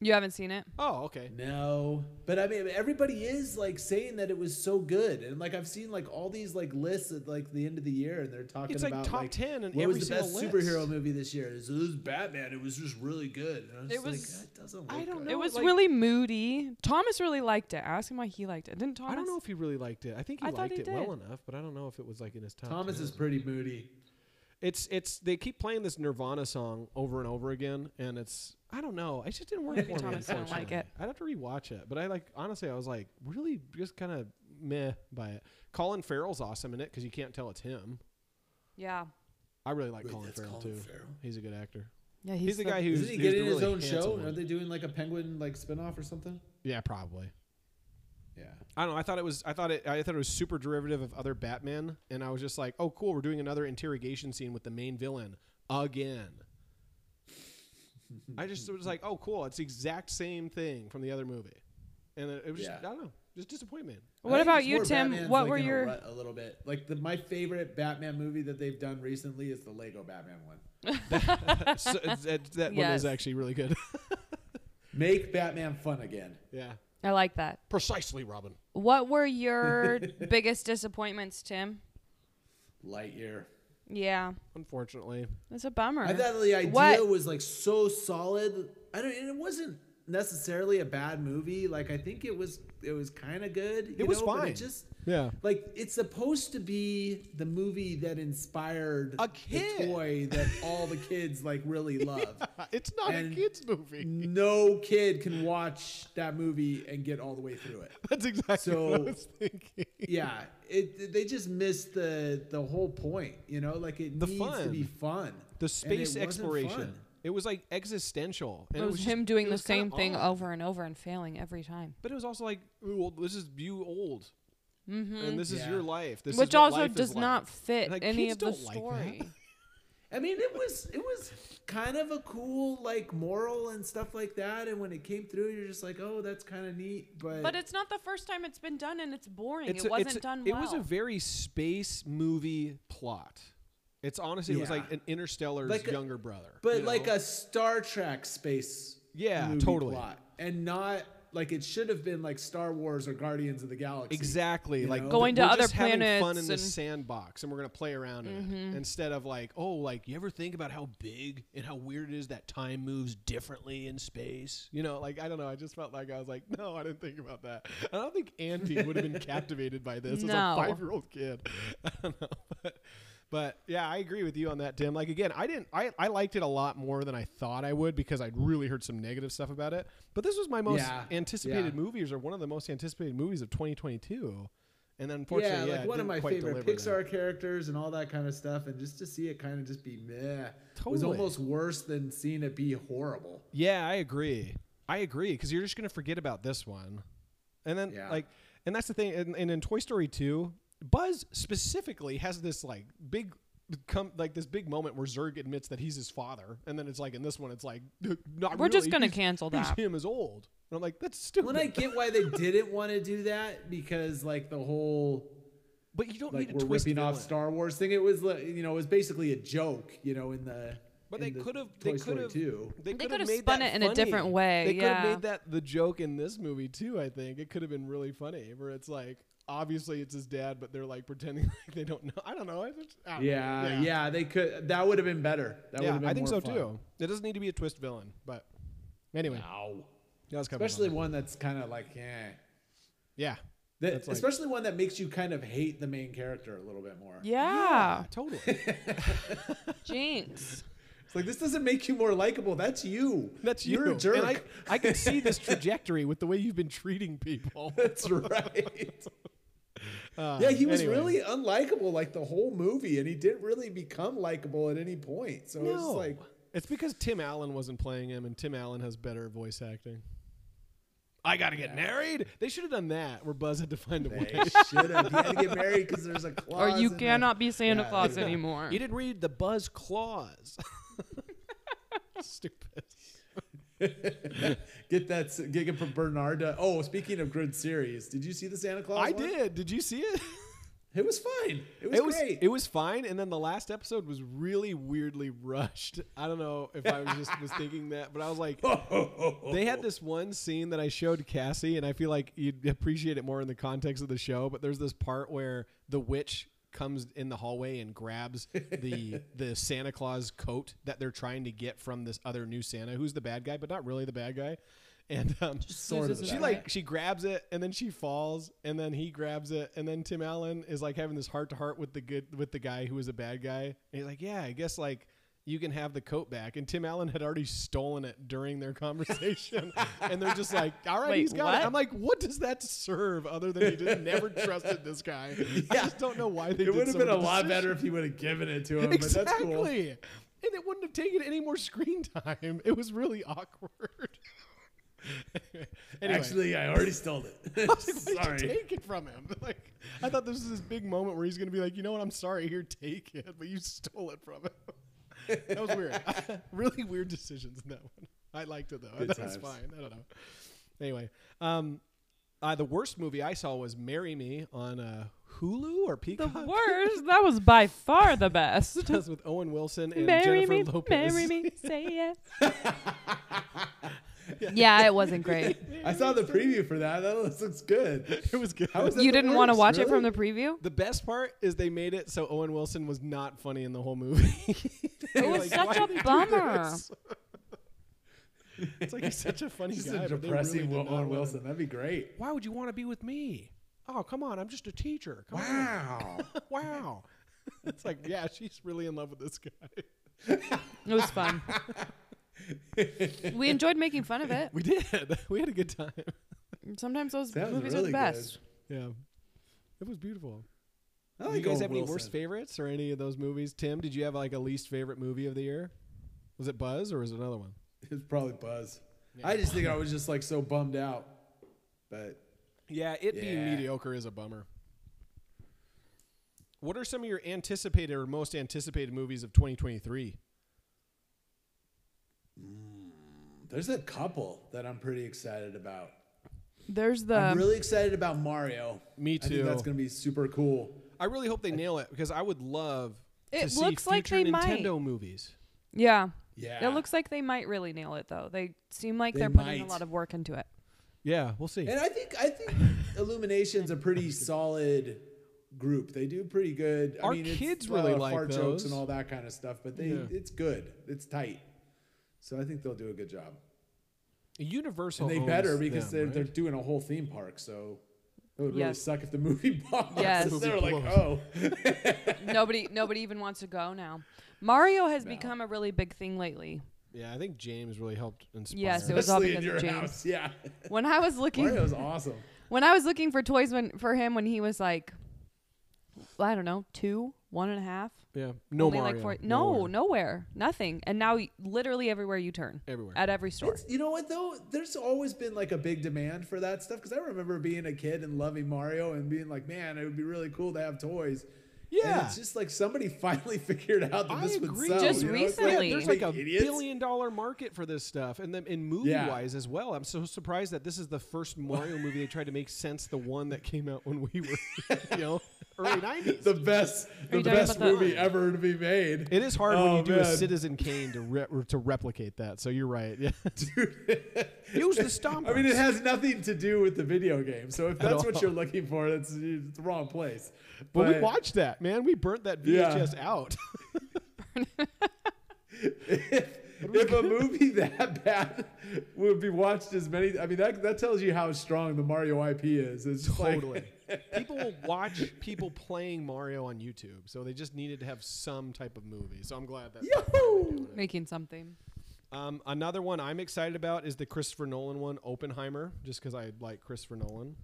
Speaker 2: You haven't seen it?
Speaker 3: oh okay
Speaker 4: No, but I mean, everybody is like saying that it was so good, and like I've seen like all these like lists at like the end of the year, and they're talking
Speaker 3: It's, like,
Speaker 4: about
Speaker 3: top 10 in
Speaker 4: what
Speaker 3: every
Speaker 4: was the best
Speaker 3: single
Speaker 4: superhero
Speaker 3: list.
Speaker 4: movie this year. It's, It was Batman. It was just really good. And
Speaker 2: It
Speaker 4: I was just like,
Speaker 2: was-
Speaker 4: that doesn't.
Speaker 3: I
Speaker 4: look
Speaker 3: don't
Speaker 4: good.
Speaker 3: No,
Speaker 2: it was
Speaker 3: like-
Speaker 2: really moody. Thomas really liked it. Ask him why he liked it. Didn't Thomas?
Speaker 3: i don't know if he really liked it i think he
Speaker 2: I thought
Speaker 3: liked
Speaker 2: he
Speaker 3: it well
Speaker 2: did.
Speaker 3: enough but i don't know if it was like in his top
Speaker 4: Thomas
Speaker 3: 10.
Speaker 4: is pretty moody.
Speaker 3: It's it's they keep playing this Nirvana song over and over again, and it's I don't know. It just didn't work
Speaker 2: Maybe
Speaker 3: for me.
Speaker 2: Thomas didn't like
Speaker 3: unfortunately.
Speaker 2: it.
Speaker 3: I'd have to rewatch it, but I like honestly, I was like really just kind of meh by it. Colin Farrell's awesome in it because you can't tell it's him.
Speaker 2: Yeah.
Speaker 3: I really like
Speaker 4: Wait,
Speaker 3: Colin
Speaker 4: that's
Speaker 3: Farrell
Speaker 4: Colin
Speaker 3: too.
Speaker 4: Farrell?
Speaker 3: He's a good actor.
Speaker 2: Yeah,
Speaker 3: He's, the, guy who's
Speaker 4: Isn't
Speaker 3: who's
Speaker 4: he getting
Speaker 3: the
Speaker 4: his
Speaker 3: really
Speaker 4: own
Speaker 3: handsome
Speaker 4: show?
Speaker 3: one.
Speaker 4: Are they doing like a penguin like spinoff or something?
Speaker 3: Yeah, probably.
Speaker 4: Yeah.
Speaker 3: I don't know. I thought it was. I thought it. I thought it was super derivative of other Batman, and I was just like, "Oh, cool! We're doing another interrogation scene with the main villain again." I just was like, "Oh, cool! It's the exact same thing from the other movie," and it, it was. Just,
Speaker 4: Yeah.
Speaker 3: I don't know. Just
Speaker 2: <laughs>
Speaker 3: disappointment.
Speaker 2: What
Speaker 4: I think
Speaker 2: about
Speaker 4: it's
Speaker 2: you,
Speaker 4: more
Speaker 2: Tim?
Speaker 4: Batman's,
Speaker 2: What
Speaker 4: like,
Speaker 2: were
Speaker 4: in a
Speaker 2: your-
Speaker 4: rut a little bit like the my favorite Batman movie that they've done recently is the Lego Batman one.
Speaker 3: so, it's- it's- that one
Speaker 2: Yes.
Speaker 3: is actually really
Speaker 4: <laughs>
Speaker 3: good. <laughs>
Speaker 4: Make Batman fun again.
Speaker 3: yeah.
Speaker 2: I like that.
Speaker 3: Precisely, Robin. <laughs>
Speaker 2: What were your biggest disappointments, Tim?
Speaker 4: Lightyear.
Speaker 2: Yeah,
Speaker 3: Unfortunately,
Speaker 2: that's a bummer.
Speaker 4: I thought the idea
Speaker 2: What-
Speaker 4: was like so solid. I don't. and It wasn't necessarily a bad movie. Like I think it was. It was kind of good. you
Speaker 3: was
Speaker 4: know, but
Speaker 3: fine.
Speaker 4: It just
Speaker 3: Yeah.
Speaker 4: Like it's supposed to be the movie that inspired
Speaker 3: A
Speaker 4: the
Speaker 3: kid.
Speaker 4: toy
Speaker 3: <laughs>
Speaker 4: that all the kids like really love.
Speaker 3: <laughs> it's not
Speaker 4: And-
Speaker 3: a kids movie.
Speaker 4: No kid can watch that movie and get all the way
Speaker 3: <laughs>
Speaker 4: through it.
Speaker 3: <laughs> That's exactly what I
Speaker 4: So-
Speaker 3: was
Speaker 4: <laughs>
Speaker 3: thinking.
Speaker 4: Yeah, it they just missed the the whole point. You know, like it
Speaker 3: The
Speaker 4: needs to
Speaker 3: fun.
Speaker 4: be fun.
Speaker 3: The
Speaker 4: And it
Speaker 3: space
Speaker 4: wasn't
Speaker 3: exploration.
Speaker 4: fun.
Speaker 3: It was like existential. And
Speaker 2: it was
Speaker 3: just-
Speaker 2: him doing
Speaker 3: it
Speaker 2: the
Speaker 3: was kinda
Speaker 2: same thing
Speaker 3: odd.
Speaker 2: over and over and failing every time.
Speaker 3: But it was also like, ooh, well, this is you old, and this is
Speaker 4: Yeah.
Speaker 3: your life. This is
Speaker 2: Mm-hmm. Which
Speaker 3: what
Speaker 2: also
Speaker 3: life is
Speaker 2: does
Speaker 3: like.
Speaker 2: not fit
Speaker 3: Like,
Speaker 2: any
Speaker 3: kids
Speaker 2: of the
Speaker 3: don't like that.
Speaker 2: story.
Speaker 3: <laughs>
Speaker 4: I mean, it was it was kind of a cool like moral and stuff like that. And when it came through, you're just like, oh, that's kind of neat. But,
Speaker 2: but it's not the first time it's been done, and it's boring.
Speaker 3: It's
Speaker 2: it
Speaker 3: a- it's
Speaker 2: wasn't
Speaker 3: a-
Speaker 2: done
Speaker 3: It
Speaker 2: well.
Speaker 3: was a very space movie plot. It's honestly, it was
Speaker 4: Yeah.
Speaker 3: like an Interstellar's
Speaker 4: Like uh, a-
Speaker 3: younger brother.
Speaker 4: but
Speaker 3: you
Speaker 4: like
Speaker 3: know?
Speaker 4: a Star Trek space
Speaker 3: Yeah,
Speaker 4: movie
Speaker 3: totally.
Speaker 4: plot, and not like it should have been like Star Wars or Guardians of the Galaxy.
Speaker 3: exactly
Speaker 4: you
Speaker 3: like
Speaker 4: know?
Speaker 2: Going
Speaker 3: we're
Speaker 2: to other
Speaker 3: just having fun
Speaker 2: planets
Speaker 3: in the
Speaker 2: and- Mm-hmm.
Speaker 3: sandbox, and we're gonna play around in it instead of like, oh, like you ever think about how big and how weird it is that time moves differently in space? You know, like I don't know. I just felt like I was like, <laughs> no, I didn't think about that. I don't think
Speaker 2: <laughs>
Speaker 3: Andy would have been captivated by this as a
Speaker 2: No.
Speaker 3: five year old kid. <laughs> I don't know. But, but yeah, I agree with you on that, Tim. Like again, I didn't. I I liked it a lot more than I thought I would because I'd really heard some negative stuff about it. But this was my most
Speaker 4: Yeah,
Speaker 3: anticipated
Speaker 4: yeah.
Speaker 3: movies, or one of the most anticipated movies of 2022. And then unfortunately, yeah,
Speaker 4: yeah, like
Speaker 3: it
Speaker 4: one
Speaker 3: didn't
Speaker 4: of my
Speaker 3: quite
Speaker 4: favorite
Speaker 3: deliver that.
Speaker 4: Pixar characters and all that kind of stuff, and just to see it kind of just be meh was
Speaker 3: Totally.
Speaker 4: almost worse than seeing it be horrible.
Speaker 3: Yeah, I agree. I agree because you're just gonna forget about this one, and then
Speaker 4: Yeah.
Speaker 3: like, and that's the thing. And, and in Toy Story two, Buzz specifically has this like big. Come like this big moment where Zurg admits that he's his father, and then it's like in this one, it's like not.
Speaker 2: We're just
Speaker 3: really,
Speaker 2: gonna
Speaker 3: he's-
Speaker 2: cancel
Speaker 3: he's
Speaker 2: that.
Speaker 3: him as old, and I'm like that's stupid.
Speaker 4: When I get why they didn't want to do that because like the whole
Speaker 3: but you don't
Speaker 4: like
Speaker 3: need
Speaker 4: we're
Speaker 3: to twist
Speaker 4: ripping off
Speaker 3: villain.
Speaker 4: Star Wars thing. It was like you know it was basically a joke, you know, in the
Speaker 3: But
Speaker 4: in
Speaker 3: they
Speaker 4: the
Speaker 3: could have.
Speaker 4: Toy
Speaker 3: They could
Speaker 4: Story
Speaker 3: have.
Speaker 4: 2.
Speaker 3: They could
Speaker 2: could've
Speaker 3: have
Speaker 2: spun it in a different way,
Speaker 3: They could have
Speaker 2: yeah.
Speaker 3: made that the joke in this movie too. I think it could have been really funny, where it's like obviously it's his dad, but they're like pretending <laughs> like they don't know. I don't know. I just- I don't know.
Speaker 4: Yeah, yeah, they could. That would have been better. That would
Speaker 3: Yeah,
Speaker 4: have been
Speaker 3: I think so
Speaker 4: more fun.
Speaker 3: too. It doesn't need to be a twist villain, but anyway,
Speaker 4: Ow.
Speaker 3: that was kind of
Speaker 4: Especially
Speaker 3: fun.
Speaker 4: one that's kind of like yeah. <laughs>
Speaker 3: yeah,
Speaker 4: That-
Speaker 3: That's like-
Speaker 4: especially one that makes you kind of hate the main character a little bit more.
Speaker 2: yeah.
Speaker 3: totally.
Speaker 2: Jinx.
Speaker 4: It's like this doesn't make you more likable. That's you.
Speaker 3: That's you.
Speaker 4: You're a jerk.
Speaker 3: And I, I can see this trajectory with the way you've been treating people.
Speaker 4: <laughs> that's right.
Speaker 3: <laughs> Uh,
Speaker 4: <laughs> Yeah, he was
Speaker 3: anyway.
Speaker 4: really unlikable like the whole movie, and he didn't really become likable at any point. So it's
Speaker 3: No. <laughs>
Speaker 4: like,
Speaker 3: it's because Tim Allen wasn't playing him, and Tim Allen has better voice acting. I gotta get married. They should have done that, where Buzz had to find a <laughs>
Speaker 4: they
Speaker 3: wife.
Speaker 4: should have. You had to get married because there's a
Speaker 2: Or
Speaker 4: clause.
Speaker 2: you
Speaker 4: in the-
Speaker 2: cannot be Santa
Speaker 4: Yeah,
Speaker 2: Claus
Speaker 4: yeah.
Speaker 2: anymore.
Speaker 3: You didn't read the Buzz clause. <laughs> Stupid.
Speaker 4: <laughs> get that s- get it from Bernarda. Oh, speaking of good series, did you see the Santa Claus?
Speaker 3: I
Speaker 4: one?
Speaker 3: did. Did you see it?
Speaker 4: It was fine. It was,
Speaker 3: It was
Speaker 4: great.
Speaker 3: it was fine, and then the last episode was really weirdly rushed. <laughs> I don't know if I was just was thinking that, but I was
Speaker 4: <laughs>
Speaker 3: like, they had this one scene that I showed Cassie, and I feel like you'd appreciate it more in the context of the show. But there's this part where the witch comes in the hallway and grabs
Speaker 4: <laughs>
Speaker 3: the the Santa Claus coat that they're trying to get from this other new Santa, who's the bad guy, but not really the bad guy. And um,
Speaker 4: sort of.
Speaker 2: She
Speaker 3: she
Speaker 4: that.
Speaker 3: like she grabs it and then she falls and then he grabs it and then Tim Allen is like having this heart to heart with the good with the guy who was a bad guy and he's like yeah I guess like you can have the coat back and Tim Allen had already stolen it during their
Speaker 4: <laughs>
Speaker 3: conversation and they're just like all right
Speaker 2: Wait,
Speaker 3: he's got
Speaker 2: what?
Speaker 3: it I'm like what does that serve other than he just never trusted this guy I
Speaker 4: Yeah.
Speaker 3: just don't know why they
Speaker 4: It would
Speaker 3: did
Speaker 4: have
Speaker 3: some
Speaker 4: been
Speaker 3: of
Speaker 4: a
Speaker 3: the
Speaker 4: lot
Speaker 3: decisions.
Speaker 4: better if you would have given it to him. But that's cool.
Speaker 3: exactly and it wouldn't have taken any more screen time it was really awkward. <laughs> Anyway.
Speaker 4: Actually, I already stole
Speaker 3: <laughs>
Speaker 4: it.
Speaker 3: Sorry.
Speaker 4: Sorry.
Speaker 3: Take it from him. <laughs> Like I thought this was this big moment where he's gonna be like, you know what, I'm sorry, here, take it, but you stole it from him. <laughs> that was weird. <laughs> really weird decisions in that one. I liked it though. <laughs>
Speaker 4: Good
Speaker 3: that was
Speaker 4: times.
Speaker 3: fine. I don't know. Anyway, um, uh, the worst movie I saw was "Marry Me" on uh, Hulu or
Speaker 2: the
Speaker 3: Peacock.
Speaker 2: worst. That was by far the best.
Speaker 4: <laughs>
Speaker 3: That was with Owen Wilson and
Speaker 2: marry
Speaker 3: Jennifer
Speaker 2: me,
Speaker 3: Lopez.
Speaker 2: <laughs>
Speaker 4: <laughs> <laughs>
Speaker 2: marry me, say yes. yeah, it wasn't great.
Speaker 4: I saw the preview for that. That looks, looks good.
Speaker 3: <laughs> It was good.
Speaker 4: How is that
Speaker 2: You
Speaker 4: the
Speaker 2: didn't want to
Speaker 4: worst,
Speaker 2: watch it
Speaker 4: really?
Speaker 2: from the preview?
Speaker 3: The best part is they made it so Owen Wilson was not funny in the whole movie. <laughs>
Speaker 2: It was such a bummer.
Speaker 3: it's like he's such a funny
Speaker 4: Just
Speaker 3: guy.
Speaker 4: a
Speaker 3: but they
Speaker 4: depressing
Speaker 3: really did
Speaker 4: Will
Speaker 3: not
Speaker 4: Owen
Speaker 3: let him-
Speaker 4: Wilson. That'd be great.
Speaker 3: Why would you want to be with me? Oh, come on. I'm just a teacher. Come
Speaker 4: Wow.
Speaker 3: on. <laughs> wow. It's like, yeah, she's really in love with this guy.
Speaker 2: It was
Speaker 4: <laughs>
Speaker 2: fun. we enjoyed making fun of it.
Speaker 3: We did. <laughs> We had a good time.
Speaker 2: Sometimes those
Speaker 4: Sounds
Speaker 2: movies are
Speaker 4: really
Speaker 2: the
Speaker 4: good.
Speaker 2: best.
Speaker 3: Yeah. It was beautiful.
Speaker 4: I
Speaker 3: Do
Speaker 4: like
Speaker 3: you guys
Speaker 4: Owen
Speaker 3: have any
Speaker 4: Wilson.
Speaker 3: worst favorites or any of those movies? Tim, did you have like a least favorite movie of the year? Was it Buzz or was it another one?
Speaker 4: It was probably Buzz. I just think I was just like so bummed out. But
Speaker 3: Yeah, it being
Speaker 4: Yeah.
Speaker 3: mediocre is a bummer. What are some of your anticipated or most anticipated movies of 2023?
Speaker 4: there's a couple that I'm pretty excited about.
Speaker 2: There's the
Speaker 4: I'm really excited about Mario.
Speaker 3: Me
Speaker 4: I think that's
Speaker 3: too.
Speaker 4: gonna be super cool.
Speaker 3: I really hope they nail it because I would love to
Speaker 2: It
Speaker 3: see
Speaker 2: looks like
Speaker 3: future
Speaker 2: they might.
Speaker 3: Nintendo movies.
Speaker 2: yeah.
Speaker 4: Yeah.
Speaker 2: It looks like they might really nail it though. They seem like
Speaker 4: They
Speaker 2: they are putting a
Speaker 4: might.
Speaker 2: lot of work into
Speaker 4: <laughs>
Speaker 2: it.
Speaker 3: Yeah, we'll see.
Speaker 4: And I think I
Speaker 2: <laughs>
Speaker 4: think Illumination's
Speaker 3: <laughs>
Speaker 4: a pretty solid group. They do pretty good.
Speaker 3: Our
Speaker 4: I mean, it's,
Speaker 3: kids
Speaker 4: uh,
Speaker 3: really like
Speaker 4: fart jokes and
Speaker 3: those.
Speaker 4: all that kind of stuff, but they
Speaker 3: Yeah.
Speaker 4: it's good. It's tight. So I think they'll do a good job.
Speaker 3: Universal.
Speaker 4: And they
Speaker 3: owns
Speaker 4: better because
Speaker 3: them,
Speaker 4: they're
Speaker 3: right?
Speaker 4: they're doing a whole theme park. So it would really
Speaker 2: Yes.
Speaker 4: suck if the movie <laughs> bombs.
Speaker 2: Yes.
Speaker 4: they're like,
Speaker 3: Movie
Speaker 4: oh,
Speaker 2: nobody nobody even wants to go now. Mario has become a really big thing lately.
Speaker 3: Yeah, I think James really helped inspire.
Speaker 2: Yes, it was all
Speaker 4: especially
Speaker 2: because
Speaker 4: in
Speaker 2: of
Speaker 4: your
Speaker 2: James.
Speaker 4: house. Yeah,
Speaker 2: When I was looking
Speaker 4: Mario's awesome.
Speaker 2: when I was looking for toys when, for him when he was like I don't know, two, one and a half.
Speaker 3: Yeah, no
Speaker 2: only
Speaker 3: Mario.
Speaker 2: like four no,
Speaker 3: Mario.
Speaker 2: nowhere. Nothing. And now y- literally everywhere you turn.
Speaker 3: Everywhere.
Speaker 2: At every store.
Speaker 4: It's, you know what though? There's always been like a big demand for that stuff because I remember being a kid and loving Mario and being like, man, it would be really cool to have toys. and
Speaker 3: Yeah.
Speaker 4: it's just like somebody <laughs> finally figured out that
Speaker 3: I
Speaker 4: this would
Speaker 3: agree.
Speaker 4: sell.
Speaker 2: Just
Speaker 4: you know? It's like,
Speaker 2: recently.
Speaker 3: there's like a
Speaker 4: idiots.
Speaker 3: billion dollar market for this stuff, and then in movie
Speaker 4: Yeah.
Speaker 3: wise as well. I'm so surprised that this is the first
Speaker 4: <laughs>
Speaker 3: Mario movie they tried to make sense the one that came out when we were, you know, early '90s.
Speaker 4: <laughs> The best, the
Speaker 2: you talking
Speaker 4: best
Speaker 2: about that?
Speaker 4: movie ever to be made.
Speaker 3: It is hard when
Speaker 4: Oh,
Speaker 3: you do a
Speaker 4: man.
Speaker 3: Citizen Kane to re- to replicate that. So you're right. <laughs> Yeah, use the
Speaker 4: <laughs>
Speaker 3: stomp.
Speaker 4: I mean, it has nothing to do with the video game. So if that's
Speaker 3: all.
Speaker 4: what you're looking for, that's it's the wrong place.
Speaker 3: But we watched that, man. We burnt that
Speaker 4: Yeah.
Speaker 3: VHS
Speaker 4: <laughs>
Speaker 3: out.
Speaker 4: if a movie <laughs> that bad would be watched as many, I mean, that, that tells you how strong the Mario IP is. It's just like- <laughs>
Speaker 3: totally. people will watch people playing Mario on YouTube, so they just needed to have some type of movie. So I'm glad that.
Speaker 4: Yahoo!
Speaker 2: Making something.
Speaker 3: Um, another one I'm excited about is the Christopher Nolan one, Oppenheimer, just because I like Christopher Nolan.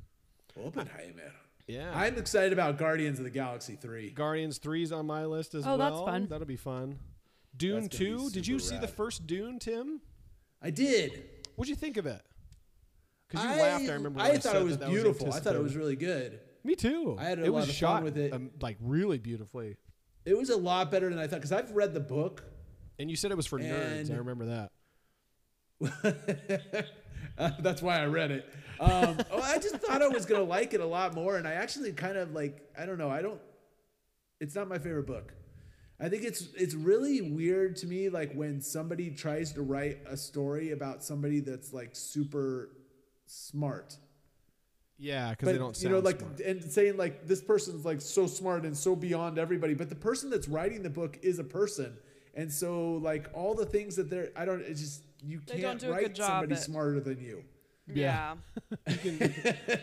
Speaker 4: Oppenheimer.
Speaker 3: Yeah.
Speaker 4: I'm excited about Guardians of the Galaxy 3.
Speaker 3: Guardians 3's on my list as
Speaker 2: Oh,
Speaker 3: well.
Speaker 2: that's fun.
Speaker 3: That'll be fun. Dune
Speaker 4: That's gonna be
Speaker 3: 2. Did you
Speaker 4: super
Speaker 3: see the
Speaker 4: rad.
Speaker 3: first Dune, Tim?
Speaker 4: I did.
Speaker 3: What'd you think of it? Because you laughed. I remember. when
Speaker 4: I thought
Speaker 3: said
Speaker 4: it was
Speaker 3: that that
Speaker 4: beautiful. I thought it
Speaker 3: anticipated.
Speaker 4: was really good.
Speaker 3: Me too.
Speaker 4: I had a
Speaker 3: it
Speaker 4: lot
Speaker 3: was
Speaker 4: of fun
Speaker 3: shot
Speaker 4: with it.
Speaker 3: um, like really beautifully.
Speaker 4: It was a lot better than I thought because I've read the book.
Speaker 3: And you said it was for nerds. I
Speaker 4: And-
Speaker 3: remember that.
Speaker 4: Uh, <laughs> that's why I read it. Um, oh, I just thought I was gonna like it a lot more, and I actually kind of like. I don't know. I don't. It's not my favorite book. I think it's it's really weird to me, like when somebody tries to write a story about somebody that's like super smart.
Speaker 3: Yeah, because
Speaker 4: But
Speaker 3: they don't
Speaker 4: you
Speaker 3: sound
Speaker 4: know, like
Speaker 3: smart.
Speaker 4: and saying like this person's like so smart and so beyond everybody, but the person that's writing the book is a person, and so like all the things that they're I don't. It's just you
Speaker 2: They
Speaker 4: can't
Speaker 2: don't do a
Speaker 4: write
Speaker 2: good job
Speaker 4: somebody
Speaker 2: at-
Speaker 4: smarter than you.
Speaker 3: Yeah. <laughs>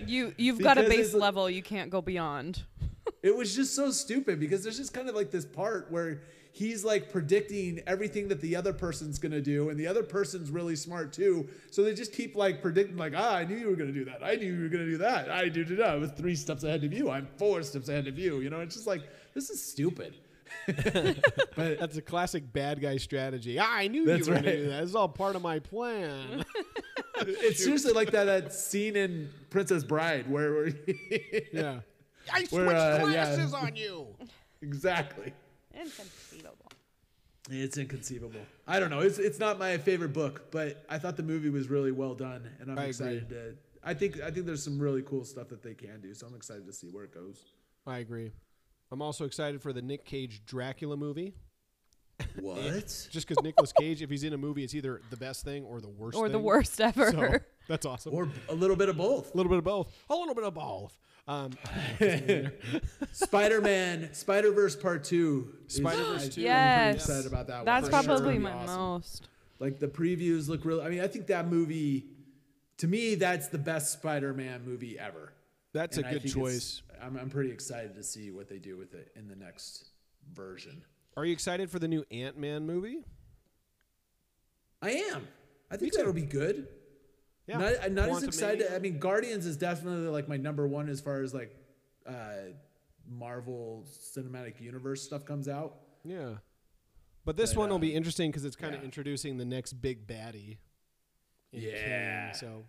Speaker 2: you you've got a
Speaker 4: Because
Speaker 2: base
Speaker 4: it's a-
Speaker 2: level you can't go beyond.
Speaker 4: It was just so stupid because there's just kind of like this part where he's like predicting everything that the other person's gonna do, and the other person's really smart too. So they just keep like predicting, like, ah, I knew you were gonna do that. I knew you were gonna do that. I do da I was three steps ahead of you. I'm four steps ahead of you. You know, it's just like this is stupid. but
Speaker 3: That's a classic bad guy strategy. "Ah, I knew
Speaker 4: That's
Speaker 3: you were going
Speaker 4: right.
Speaker 3: to do that. It's all part of my
Speaker 2: <laughs>
Speaker 3: plan.
Speaker 4: it's seriously like that that scene in Princess Bride where, where <laughs>
Speaker 3: yeah.
Speaker 1: I switched
Speaker 4: We're, uh, yeah.
Speaker 1: glasses on you.
Speaker 4: exactly.
Speaker 2: Inconceivable.
Speaker 4: It's inconceivable. I don't know. It's it's not my favorite book, but I thought the movie was really well done, and I'm
Speaker 3: I agree.
Speaker 4: excited to. I think I think there's some really cool stuff that they can do, so I'm excited to see where it goes.
Speaker 3: I agree. I'm also excited for the Nick Cage Dracula movie.
Speaker 4: What?
Speaker 3: Just because
Speaker 4: <laughs>
Speaker 3: Nicolas Cage, if he's in a movie, it's either the best thing or the worst
Speaker 2: or the
Speaker 3: thing.
Speaker 2: worst ever.
Speaker 3: <laughs> So that's awesome.
Speaker 4: or a little bit of both.
Speaker 3: a little bit of both. A little bit of both. Um,
Speaker 4: Ah, Spider <laughs> Man, Spider Verse Part Two. is-
Speaker 3: Spider-Verse
Speaker 4: I-
Speaker 3: 2.
Speaker 2: <gasps> Yes.
Speaker 4: I'm excited about
Speaker 2: <laughs>
Speaker 4: that.
Speaker 2: That's
Speaker 4: one.
Speaker 2: probably
Speaker 3: sure.
Speaker 2: my
Speaker 3: Awesome.
Speaker 2: most.
Speaker 4: like the previews look real. I mean, I think that movie, to me, that's the best Spider Man movie ever.
Speaker 3: That's
Speaker 4: And
Speaker 3: a
Speaker 4: I
Speaker 3: good
Speaker 4: think it's-
Speaker 3: choice.
Speaker 4: I'm, I'm pretty excited to see what they do with it in the next version.
Speaker 3: Are you excited for the new Ant Man movie?
Speaker 4: I am. I think that'll be good.
Speaker 3: Yeah.
Speaker 4: Not, I'm not as
Speaker 3: Quantumania.
Speaker 4: excited. I mean, Guardians is definitely like my number one as far as like uh, Marvel Cinematic Universe stuff comes out.
Speaker 3: Yeah. But this
Speaker 4: But,
Speaker 3: one will
Speaker 4: uh,
Speaker 3: be interesting because it's kind of
Speaker 4: yeah.
Speaker 3: introducing the next big baddie. in Kang,
Speaker 4: Yeah.
Speaker 3: so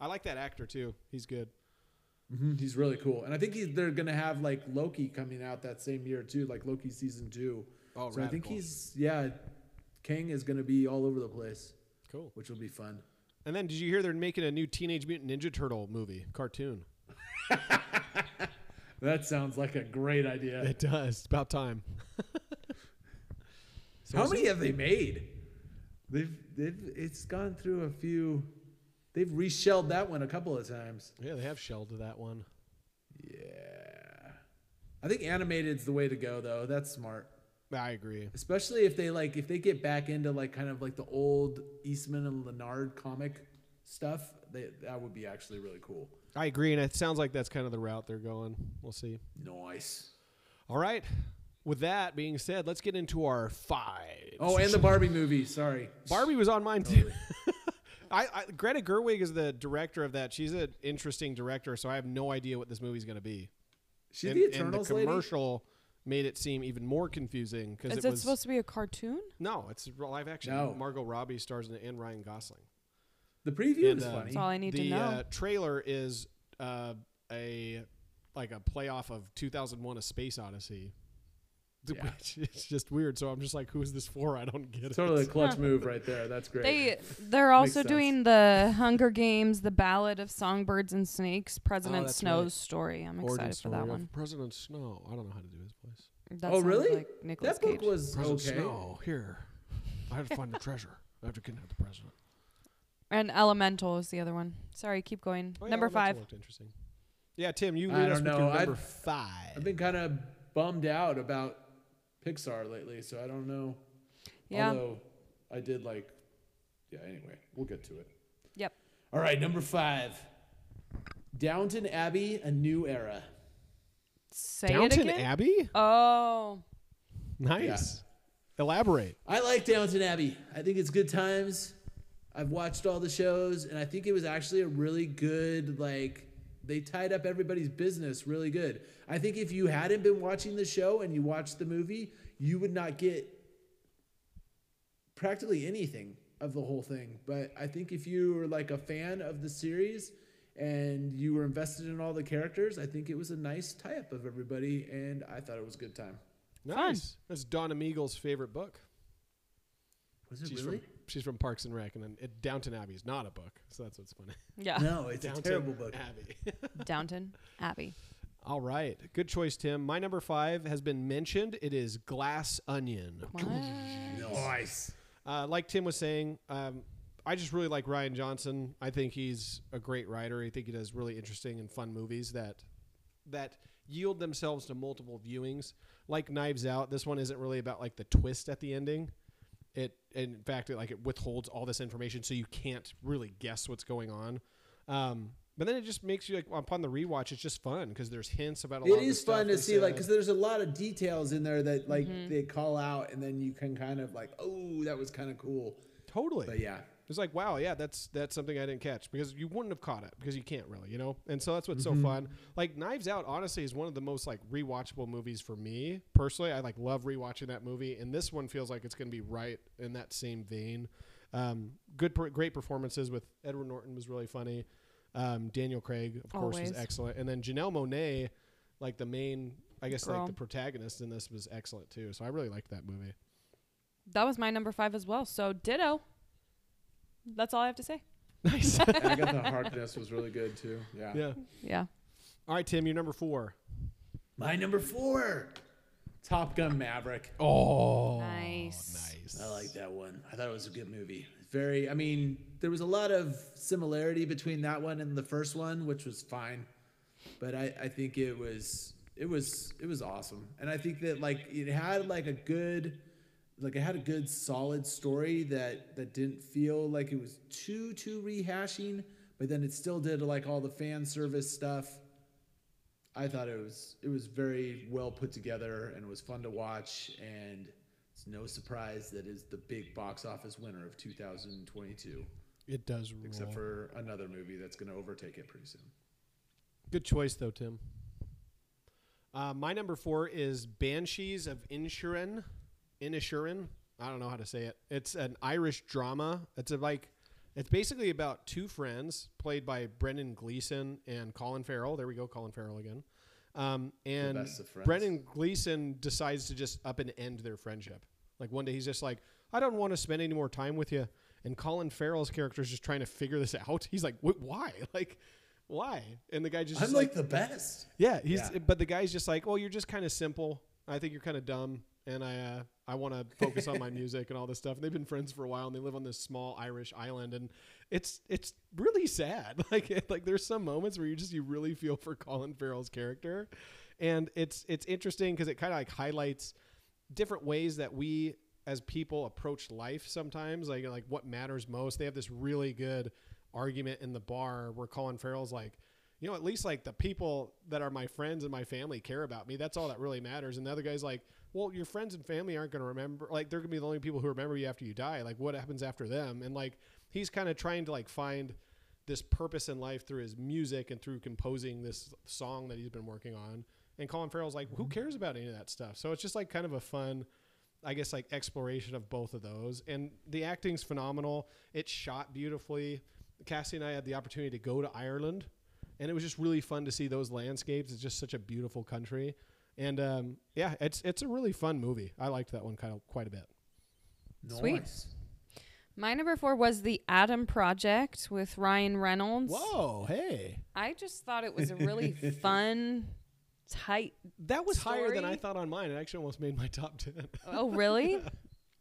Speaker 3: I like that actor too. He's good. Mm-hmm.
Speaker 4: Mhm, He's really cool, and I think he's, they're gonna have like Loki coming out that same year too, like Loki season two.
Speaker 3: Oh,
Speaker 4: so I think
Speaker 3: radical.
Speaker 4: he's yeah, Kang is gonna be all over the place,
Speaker 3: Cool.
Speaker 4: which will be fun.
Speaker 3: And then did you hear they're making a new Teenage Mutant Ninja Turtle movie cartoon?
Speaker 4: That sounds like a
Speaker 3: <laughs>
Speaker 4: great idea.
Speaker 3: It does. It's about time. <laughs> so
Speaker 4: How
Speaker 3: is it-
Speaker 4: many have they made? They've they've it's gone through a few. They've reshelled that one a couple of times.
Speaker 3: Yeah, they have shelled to that one.
Speaker 4: Yeah, I think animated's the way to go though. That's smart.
Speaker 3: I agree.
Speaker 4: especially if they like if they get back into like kind of like the old Eastman and Lennard comic stuff. They, that would be actually really cool.
Speaker 3: I agree, and it sounds like that's kind of the route they're going. We'll see.
Speaker 4: Nice.
Speaker 3: All right. With that being said, let's get into our five.
Speaker 4: Oh, and the Barbie movie. Sorry.
Speaker 3: Barbie was on
Speaker 4: <laughs>
Speaker 3: mine too. <laughs> I, I Greta Gerwig is the director of that. She's an interesting director, so I have no idea what this movie's going to be.
Speaker 4: She
Speaker 3: and,
Speaker 4: the
Speaker 3: and
Speaker 4: Eternals lady.
Speaker 3: commercial made it seem even more confusing because
Speaker 2: Is
Speaker 3: it
Speaker 2: it
Speaker 3: was
Speaker 2: supposed to be a cartoon?
Speaker 3: no, it's real live action.
Speaker 4: No.
Speaker 3: Margot Robbie stars in it and Ryan Gosling.
Speaker 4: The preview
Speaker 3: And,
Speaker 4: is
Speaker 3: uh,
Speaker 4: funny.
Speaker 2: That's all I need
Speaker 3: the
Speaker 2: to know.
Speaker 3: Uh, trailer is uh, a like a playoff of 2001: A Space Odyssey. <laughs>
Speaker 4: Yeah.
Speaker 3: Which it's just weird. So I'm just like, who is this for? I don't get it.
Speaker 4: Totally a clutch move right there. That's great.
Speaker 2: they they're also doing the Hunger Games, the Ballad of Songbirds and Snakes, President
Speaker 3: that's
Speaker 2: Snow's
Speaker 3: right.
Speaker 2: story. I'm
Speaker 3: Origin
Speaker 2: excited for
Speaker 3: story
Speaker 2: that
Speaker 3: of
Speaker 2: one.
Speaker 3: President Snow. I don't know how to do his voice.
Speaker 2: That
Speaker 4: oh
Speaker 2: sounds
Speaker 4: really?
Speaker 2: Like Nicolas
Speaker 4: that book
Speaker 2: Cage.
Speaker 4: was
Speaker 3: President
Speaker 4: okay.
Speaker 3: Snow, here. I have to find the treasure. I have to kidnap the president.
Speaker 2: and Elemental is the other one. Sorry, keep going.
Speaker 3: Oh,
Speaker 2: number five.
Speaker 3: interesting. Yeah, Tim, you
Speaker 4: I
Speaker 3: lead us with
Speaker 4: don't know.
Speaker 3: your number
Speaker 4: I'd- I've
Speaker 3: five.
Speaker 4: been kind of bummed out about Pixar lately, so I don't know.
Speaker 2: Yeah.
Speaker 4: Although I did like. Yeah. Anyway, we'll get to it.
Speaker 2: Yep.
Speaker 4: All right, number five. Downton Abbey, a new era.
Speaker 2: Say it
Speaker 3: Downton
Speaker 2: again.
Speaker 3: Abbey?
Speaker 2: oh,
Speaker 3: Nice. Elaborate.
Speaker 4: I like Downton Abbey. I think it's good times. I've watched all the shows, and I think it was actually a really good, like, they tied up everybody's business really good. I think if you hadn't been watching the show and you watched the movie, you would not get practically anything of the whole thing. But I think if you were like a fan of the series and you were invested in all the characters, I think it was a nice tie up of everybody, and I thought it was a good time.
Speaker 3: Nice. That's Donna Meagle's favorite book.
Speaker 4: Was it
Speaker 3: She's
Speaker 4: really?
Speaker 3: from she's from Parks and Rec, and then it, Downton Abbey is not a book, so that's what's funny.
Speaker 2: yeah.
Speaker 4: No, it's a
Speaker 3: Downton
Speaker 4: terrible book.
Speaker 3: Abbey.
Speaker 2: <laughs>
Speaker 3: <laughs>
Speaker 2: Downton Abbey.
Speaker 3: All right, good choice, Tim. My number five has been mentioned. It is Glass Onion.
Speaker 2: What?
Speaker 4: Nice.
Speaker 3: Uh, like Tim was saying, um, I just really like Ryan Johnson. I think he's a great writer. I think he does really interesting and fun movies that that yield themselves to multiple viewings. Like Knives Out, this one isn't really about like the twist at the ending. It in fact, it, like it withholds all this information, so you can't really guess what's going on. Um, but then it just makes you like upon the rewatch, it's just fun because there's hints about a lot.
Speaker 4: It
Speaker 3: of the
Speaker 4: is
Speaker 3: stuff
Speaker 4: fun
Speaker 3: they
Speaker 4: to see, like,
Speaker 3: said.
Speaker 4: because there's a lot of details in there that, like,
Speaker 2: Mm-hmm.
Speaker 4: they call out, and then you can kind of, like, oh, that was kind of cool.
Speaker 3: totally.
Speaker 4: But
Speaker 3: <laughs>
Speaker 4: yeah,
Speaker 3: It's like, wow, yeah, that's that's something I didn't catch because you wouldn't have caught it because you can't really, you know. And so that's what's so fun. Like Knives Out, honestly, is one of the most like rewatchable movies for me personally. I like love rewatching that movie, and this one feels like it's going to be right in that same vein. Um, good, per- great performances with Edward Norton was really funny. Um, Daniel Craig, of course,
Speaker 2: Always.
Speaker 3: was excellent, and then Janelle Monet, like the main, I guess,
Speaker 2: Girl.
Speaker 3: like the protagonist in this was excellent too. So I really liked that movie.
Speaker 2: That was my number five as well. So ditto. That's all I have to say.
Speaker 3: Nice.
Speaker 4: I got the Harkness was really good, too. Yeah.
Speaker 3: <laughs> yeah.
Speaker 2: Yeah.
Speaker 3: All right, Tim, you're number four.
Speaker 4: My number four Top Gun Maverick.
Speaker 3: Oh,
Speaker 2: nice.
Speaker 4: I like that one. I thought it was a good movie. Very, I mean, there was a lot of similarity between that one and the first one, which was fine. But I, I think it was, it was, it was awesome. And I think that like it had like a good, like it had a good solid story that that didn't feel like it was too too rehashing, but then it still did like all the fan service stuff. I thought it was it was very well put together and it was fun to watch and it's no surprise that is the big box office winner of 2022
Speaker 3: it does. Roll.
Speaker 4: except for another movie that's going to overtake it pretty soon.
Speaker 3: Good choice, though, Tim. Uh, my number four is Banshees of Inisherin. Inisherin. I don't know how to say it. It's an Irish drama. It's a, like, it's basically about two friends played by Brendan Gleeson and Colin Farrell. There we go, Colin Farrell again. Um, and
Speaker 4: best of friends.
Speaker 3: Brendan Gleeson decides to just up and end their friendship. Like one day he's just like, I don't want to spend any more time with you. And Colin Farrell's character is just trying to figure this <laughs> out. He's like, "Wh- why? <laughs> Like, why? And the guy just is
Speaker 4: the best.
Speaker 3: yeah, he's
Speaker 4: Yeah.
Speaker 3: but the guy's just like, "Well, you're just kind of simple. I think you're kind of dumb, and I uh, I want to focus on my music and all this stuff." And they've been friends for a while, and they live on this small Irish island, and it's it's really sad. <laughs> Like it, like there's some moments where you just you really feel for Colin Farrell's character, and it's it's interesting because it kind of like highlights different ways that we as people approach life sometimes like like what matters most they have this really good argument in the bar where colin farrell's like you know at least like the people that are my friends and my family care about me that's all that really matters and the other guy's like well your friends and family aren't going to remember like they're going to be the only people who remember you after you die like what happens after them and like he's kind of trying to like find this purpose in life through his music and through composing this song that he's been working on. And Colin Farrell's like, who cares about any of that stuff? So it's just like kind of a fun, I guess, like exploration of both of those. And the acting's phenomenal. It's shot beautifully. Cassie and I had the opportunity to go to Ireland, and it was just really fun to see those landscapes. It's just such a beautiful country. And um, yeah, it's it's a really fun movie. I liked that one kind of quite a bit.
Speaker 2: Sweet. My number four was the Adam Project with Ryan Reynolds.
Speaker 3: Whoa, hey.
Speaker 2: I just thought it was a really fun, tight.
Speaker 3: That was higher than
Speaker 2: Story?
Speaker 3: I thought on mine. It actually almost made my top 10.
Speaker 2: Oh, really?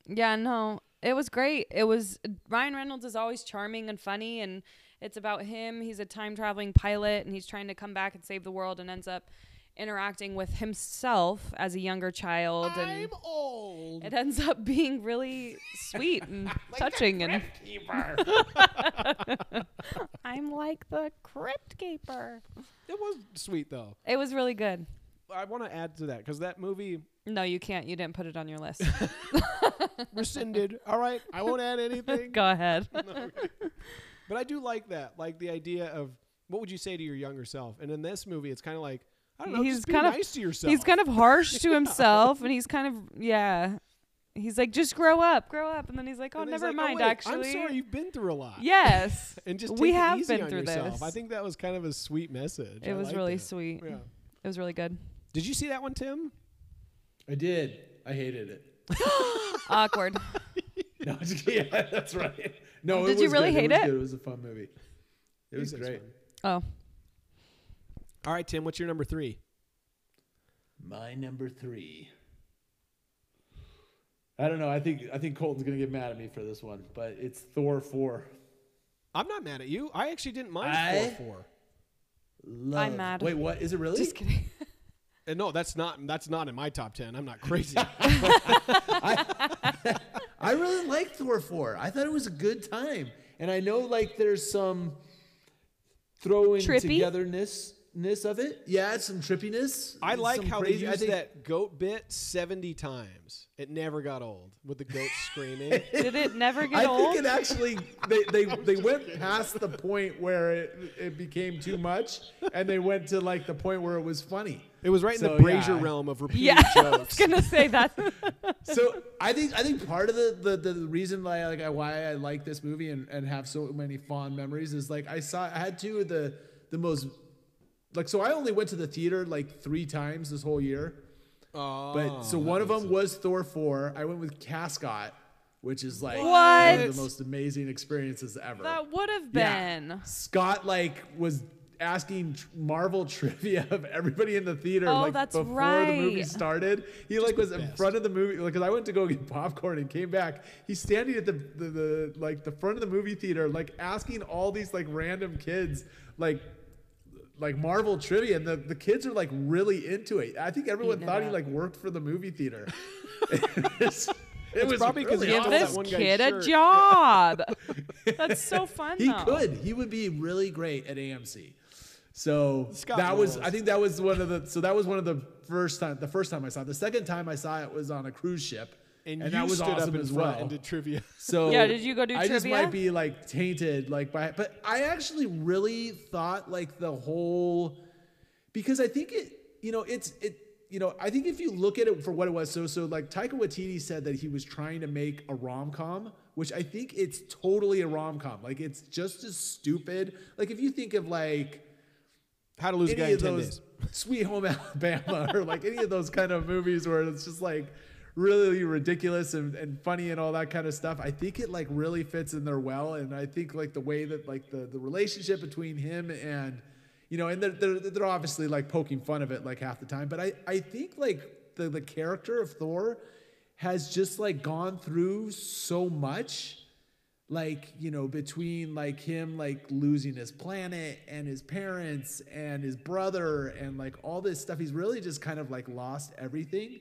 Speaker 2: yeah, no. It was great. It was Ryan Reynolds is always charming and funny and it's about him. He's a time traveling pilot and he's trying to come back and save the world and ends up interacting with himself as a younger child and
Speaker 3: old.
Speaker 2: it ends up being really sweet and touching and I'm like the crypt keeper.
Speaker 3: It was sweet though.
Speaker 2: It was really good.
Speaker 3: I want to add to that because that movie
Speaker 2: No, you can't. You didn't put it on your list.
Speaker 3: rescinded. <laughs> All right, I won't add
Speaker 2: <laughs>
Speaker 3: anything.
Speaker 2: Go ahead.
Speaker 3: But I do like that, like the idea of what would you say to your younger self? And in this movie, it's kind of like I don't know,
Speaker 2: He's
Speaker 3: just be
Speaker 2: kind of-
Speaker 3: nice to yourself.
Speaker 2: He's kind of harsh
Speaker 3: <laughs>
Speaker 2: to himself and he's kind of yeah. He's like just grow up, grow up and then he's like, "Oh,
Speaker 3: And he's like,
Speaker 2: never
Speaker 3: "Oh,
Speaker 2: mind
Speaker 3: wait,
Speaker 2: actually."
Speaker 3: I'm sorry, you've been through a lot.
Speaker 2: <laughs>
Speaker 3: <laughs>
Speaker 2: Yes.
Speaker 3: and just
Speaker 2: we
Speaker 3: take it
Speaker 2: have
Speaker 3: easy
Speaker 2: been
Speaker 3: on
Speaker 2: through
Speaker 3: yourself.
Speaker 2: this.
Speaker 3: I think that was kind of a sweet message.
Speaker 2: it
Speaker 3: I
Speaker 2: was
Speaker 3: liked
Speaker 2: really
Speaker 3: it.
Speaker 2: sweet.
Speaker 3: Yeah.
Speaker 2: It was really good.
Speaker 3: Did you see that one, Tim?
Speaker 4: I did. I hated it.
Speaker 3: <laughs>
Speaker 2: Awkward.
Speaker 4: No, I'm just kidding. <laughs> yeah, that's right. No, it
Speaker 2: Did you
Speaker 4: was
Speaker 2: really
Speaker 4: good.
Speaker 2: hate
Speaker 4: it? Was
Speaker 2: it?
Speaker 4: good. It was a fun movie. It was
Speaker 3: says
Speaker 4: great.
Speaker 3: fun.
Speaker 2: Oh.
Speaker 3: All right, Tim. What's your number three?
Speaker 4: My number three. I don't know. I think I think Colton's gonna get mad at me for this one, but it's Thor four.
Speaker 3: I'm not mad at you. I actually didn't mind
Speaker 4: I-
Speaker 3: four four.
Speaker 4: Love.
Speaker 2: mad.
Speaker 4: Wait, what? Is it
Speaker 3: <laughs>
Speaker 4: really?
Speaker 2: Just kidding.
Speaker 3: And no, that's not that's not in my top ten. I'm not
Speaker 4: <laughs>
Speaker 3: crazy.
Speaker 4: I really liked Thor 4. I thought it was a good time. And I know like there's some throwing
Speaker 2: Trippy?
Speaker 4: togetherness ness of it. Yeah, it's some trippiness.
Speaker 3: I
Speaker 4: It's
Speaker 3: like
Speaker 4: some
Speaker 3: how
Speaker 4: crazy-
Speaker 3: they
Speaker 4: I
Speaker 3: used
Speaker 4: think-
Speaker 3: that goat bit seventy times. It never got old with the goat screaming.
Speaker 2: Did it never get
Speaker 4: I
Speaker 2: old?
Speaker 4: think it actually they they, they went past the point where it, it became too much and they went to like the point where it was funny.
Speaker 3: It was right
Speaker 4: So,
Speaker 3: in the Brazier
Speaker 4: yeah.
Speaker 3: realm of repeating
Speaker 2: <laughs>
Speaker 4: <laughs>
Speaker 2: yeah, I was
Speaker 3: jokes.
Speaker 2: going to
Speaker 3: <laughs>
Speaker 2: say that. <laughs>
Speaker 4: so I think I think part of the the, the reason why I, like I, why I like this movie and, and have so many fond memories is like I saw I had two of the the most like so I only went to the theater like three times this whole year.
Speaker 3: Oh,
Speaker 4: But so one of them was Thor four. I went with Cascot, which is like one
Speaker 2: What?
Speaker 4: of the most amazing experiences ever.
Speaker 2: that would have
Speaker 4: Yeah.
Speaker 2: been.
Speaker 4: Scott like was asking tr- Marvel <laughs> trivia of everybody in the theater
Speaker 2: Oh,
Speaker 4: like
Speaker 2: that's
Speaker 4: before the movie
Speaker 2: right.
Speaker 4: started. He like was in
Speaker 3: best.
Speaker 4: front of the movie because I went to go get popcorn and came back. He's standing at the, the the like the front of the movie theater, like asking all these like random kids like like Marvel trivia, and the, the kids are like really into it. I think everyone
Speaker 2: Eating it
Speaker 4: thought he
Speaker 2: up.
Speaker 4: like worked for the
Speaker 3: <laughs>
Speaker 4: movie theater. it was, it was
Speaker 3: probably 'cause he
Speaker 4: really
Speaker 2: Give
Speaker 3: also
Speaker 4: awesome.
Speaker 3: that
Speaker 2: this
Speaker 3: one guy's
Speaker 2: kid a
Speaker 3: shirt. <laughs>
Speaker 2: job. That's so fun.
Speaker 4: He
Speaker 2: though.
Speaker 4: could. He would be really great at AMC. So
Speaker 3: Scott
Speaker 4: that was.
Speaker 3: Knowles.
Speaker 4: I think that was one of the. So that was one of the first time. The first time I saw it. The second time I saw it was on a cruise ship,
Speaker 3: And,
Speaker 4: and,
Speaker 3: you
Speaker 4: that was
Speaker 3: stood
Speaker 4: awesome
Speaker 3: up in
Speaker 4: as
Speaker 3: front
Speaker 4: well.
Speaker 3: and did trivia.
Speaker 4: So
Speaker 2: Yeah, did you go do
Speaker 4: I just
Speaker 2: trivia?
Speaker 4: might be like tainted like by but I actually really thought like the whole because I think it you know it's it you know I think if you look at it for what it was so so like Taika Waititi said that he was trying to make a rom-com which I think it's totally a rom-com like it's just as stupid like if you think of like
Speaker 3: How to lose a guy
Speaker 4: any
Speaker 3: in
Speaker 4: of
Speaker 3: 10
Speaker 4: those
Speaker 3: days.
Speaker 4: <laughs> Sweet Home Alabama or like any of those kind of movies where it's just like really ridiculous and, and funny and all that kind of stuff. I think it like really fits in there well. And I think like the way that like the, the relationship between him and, you know, and they're, they're, they're obviously like poking fun of it like half the time. But I, I think like the, the character of Thor has just like gone through so much like you know between like him like losing his planet and his parents and his brother and like all this stuff he's really just kind of like lost everything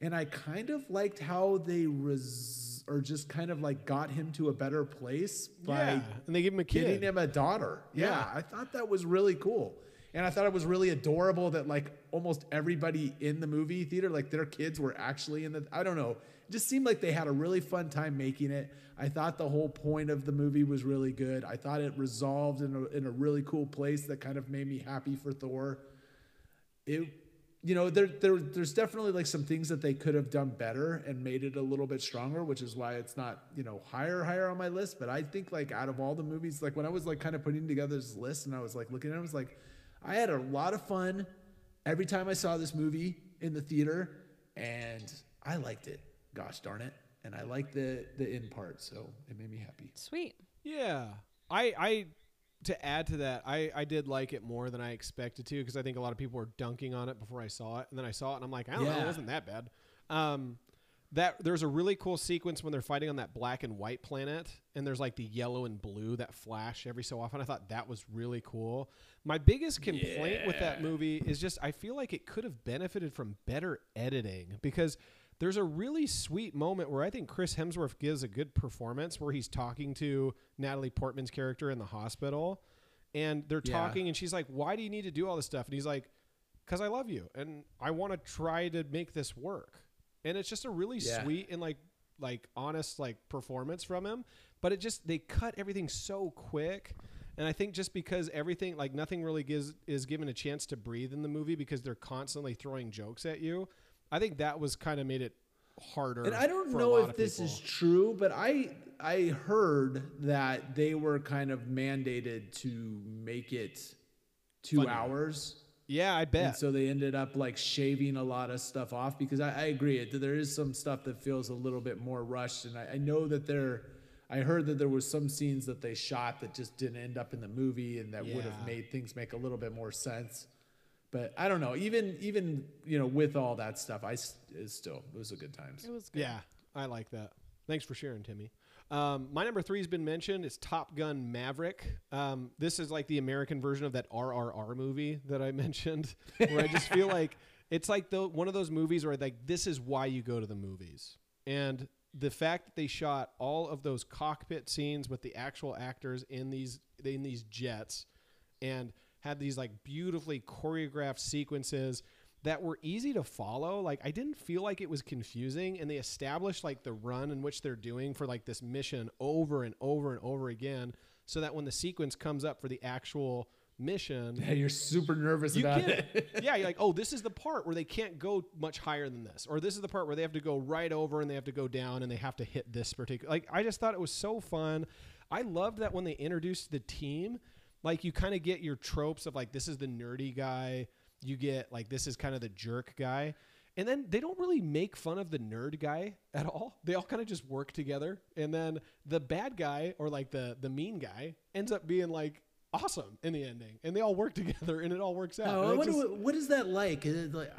Speaker 4: and i kind of liked how they res- or just kind of like got him to a better place by
Speaker 3: Yeah. And they give him a kid.
Speaker 4: getting him a daughter yeah, i thought that was really cool and i thought it was really adorable that like almost everybody in the movie theater like their kids were actually in the i don't know it just seemed like they had a really fun time making it i thought the whole point of the movie was really good i thought it resolved in a, in a really cool place that kind of made me happy for thor it you know there, there there's definitely like some things that they could have done better and made it a little bit stronger which is why it's not you know higher higher on my list but i think like out of all the movies like when i was like kind of putting together this list and i was like looking at it i was like i had a lot of fun every time i saw this movie in the theater and i liked it gosh darn it and i liked the the end part so it made me happy
Speaker 2: Sweet.
Speaker 3: Yeah, I I to add to that, I I did like it more than I expected to because I think a lot of people were dunking on it before I saw it, and then I saw it and I'm like, I don't know, it
Speaker 4: Yeah.
Speaker 3: wasn't that bad. Um, that there's a really cool sequence when they're fighting on that black and white planet, and there's like the yellow and blue that flash every so often. I thought that was really cool. My biggest complaint with that movie is just I feel like it could have benefited from better editing because there's a really sweet moment where I think Chris Hemsworth gives a good performance where he's talking to Natalie Portman's character in the hospital and they're
Speaker 4: Yeah.
Speaker 3: talking and she's like, "Why do you need to do all this stuff?" And he's like, "Cuz I love you and I want to try to make this work." And it's just a really
Speaker 4: Yeah.
Speaker 3: sweet and like like honest like performance from him, but it just they cut everything so quick. And I think just because everything like nothing really gives is given a chance to breathe in the movie because they're constantly throwing jokes at you. I think that was kind of made it harder.
Speaker 4: And I don't
Speaker 3: for a
Speaker 4: know
Speaker 3: lot
Speaker 4: if
Speaker 3: of
Speaker 4: this is
Speaker 3: people.
Speaker 4: true, but I I heard that they were kind of mandated to make it two hours.
Speaker 3: yeah, I bet.
Speaker 4: And so they ended up like shaving a lot of stuff off because I, I agree it there is some stuff that feels a little bit more rushed. And I, I know that there I heard that there was some scenes that they shot that just didn't end up in the movie and that would
Speaker 3: Yeah.
Speaker 4: have made <laughs> things make a little bit more sense. But I don't know. Even even you know with all that stuff, I s- it's still it was a good time.
Speaker 2: It was good.
Speaker 3: Yeah, I like that. Thanks for sharing, Timmy. Um, my number three has been mentioned. It's Top Gun Maverick. Um, this is like the American version of that RRR movie that I <laughs> mentioned, where I just feel like it's like the one of those movies where like this is why you go to the movies, and the fact that they shot all of those cockpit scenes with the actual actors in these in these jets and had these like beautifully choreographed sequences that were easy to follow. Like I didn't feel like it was confusing and they established like the run in which they're doing for like this mission over and over and over again so that when the sequence comes up for the actual mission
Speaker 4: Yeah, you're super nervous
Speaker 3: you
Speaker 4: about
Speaker 3: get
Speaker 4: it.
Speaker 3: it. yeah, you're like, oh, this is the part where they can't go much higher than this, or this is the part where they have to go right over and they have to go down and they have to hit this particular. Like, I just thought it was so fun. I loved that when they introduced the team, like you kind of get your tropes of like this is the nerdy guy, you get like this is kind of the jerk guy. And then they don't really make fun of the nerd guy at all. They all kind of just work together. And then the bad guy or like the the mean guy ends up being like awesome in the ending, and they all work <laughs> together, and it all works out.
Speaker 4: Oh,
Speaker 3: And
Speaker 4: I
Speaker 3: it
Speaker 4: wonder
Speaker 3: just-
Speaker 4: what, what is that like? Is it like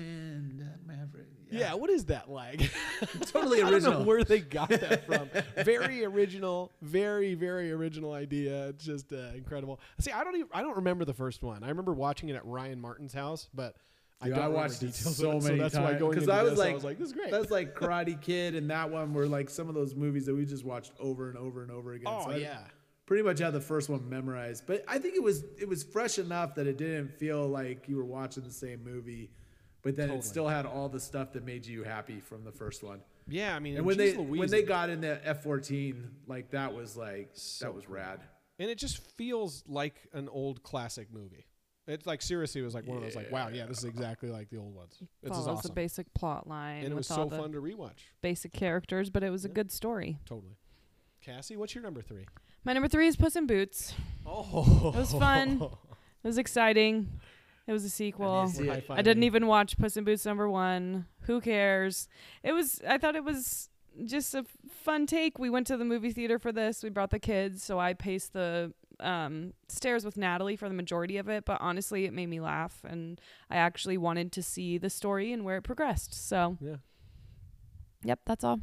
Speaker 4: Iceman, Maverick?
Speaker 3: yeah, what is that like? <laughs>
Speaker 4: totally
Speaker 3: I don't know
Speaker 4: original.
Speaker 3: where they got that from. very original, very very original idea. It's just uh, incredible. See, I don't even I don't remember the first one. I remember watching it at Ryan Martin's house, but I
Speaker 4: Dude,
Speaker 3: don't
Speaker 4: I
Speaker 3: remember
Speaker 4: watched it
Speaker 3: details of
Speaker 4: so
Speaker 3: it,
Speaker 4: many
Speaker 3: so that's
Speaker 4: times
Speaker 3: why going into
Speaker 4: I was
Speaker 3: this,
Speaker 4: like,
Speaker 3: I was like, this is great.
Speaker 4: That's like Karate Kid and that one were like some of those movies that we just watched over and over and over again.
Speaker 3: oh
Speaker 4: So I
Speaker 3: yeah,
Speaker 4: pretty much had the first one memorized, but I think it was it was fresh enough that it didn't feel like you were watching the same movie, but then it still had all the stuff that made you happy from the first one.
Speaker 3: yeah. I mean,
Speaker 4: And when they
Speaker 3: geez Louise,
Speaker 4: when they got in the F fourteen, like that was like that was rad.
Speaker 3: and it just feels like an old classic movie. It's like seriously, it was like one of those like, wow, yeah, this is exactly like the old ones. This is
Speaker 2: follows the
Speaker 3: awesome,
Speaker 2: basic plot line
Speaker 3: and it
Speaker 2: with
Speaker 3: was
Speaker 2: all
Speaker 3: so
Speaker 2: the
Speaker 3: fun to rewatch.
Speaker 2: basic characters, but it was a good story.
Speaker 3: Totally. Cassie, what's your number three?
Speaker 2: My number three is Puss in Boots.
Speaker 3: <laughs> Oh,
Speaker 2: It was fun. It was exciting. It was a sequel.
Speaker 4: see it.
Speaker 2: I didn't even watch Puss in Boots number one. Who cares? It was. I thought it was just a fun take. We went to the movie theater for this. We brought the kids, so I paced the um, stairs with Natalie for the majority of it. But honestly, it made me laugh, and I actually wanted to see the story and where it progressed. So,
Speaker 3: Yeah.
Speaker 2: Yep, that's all.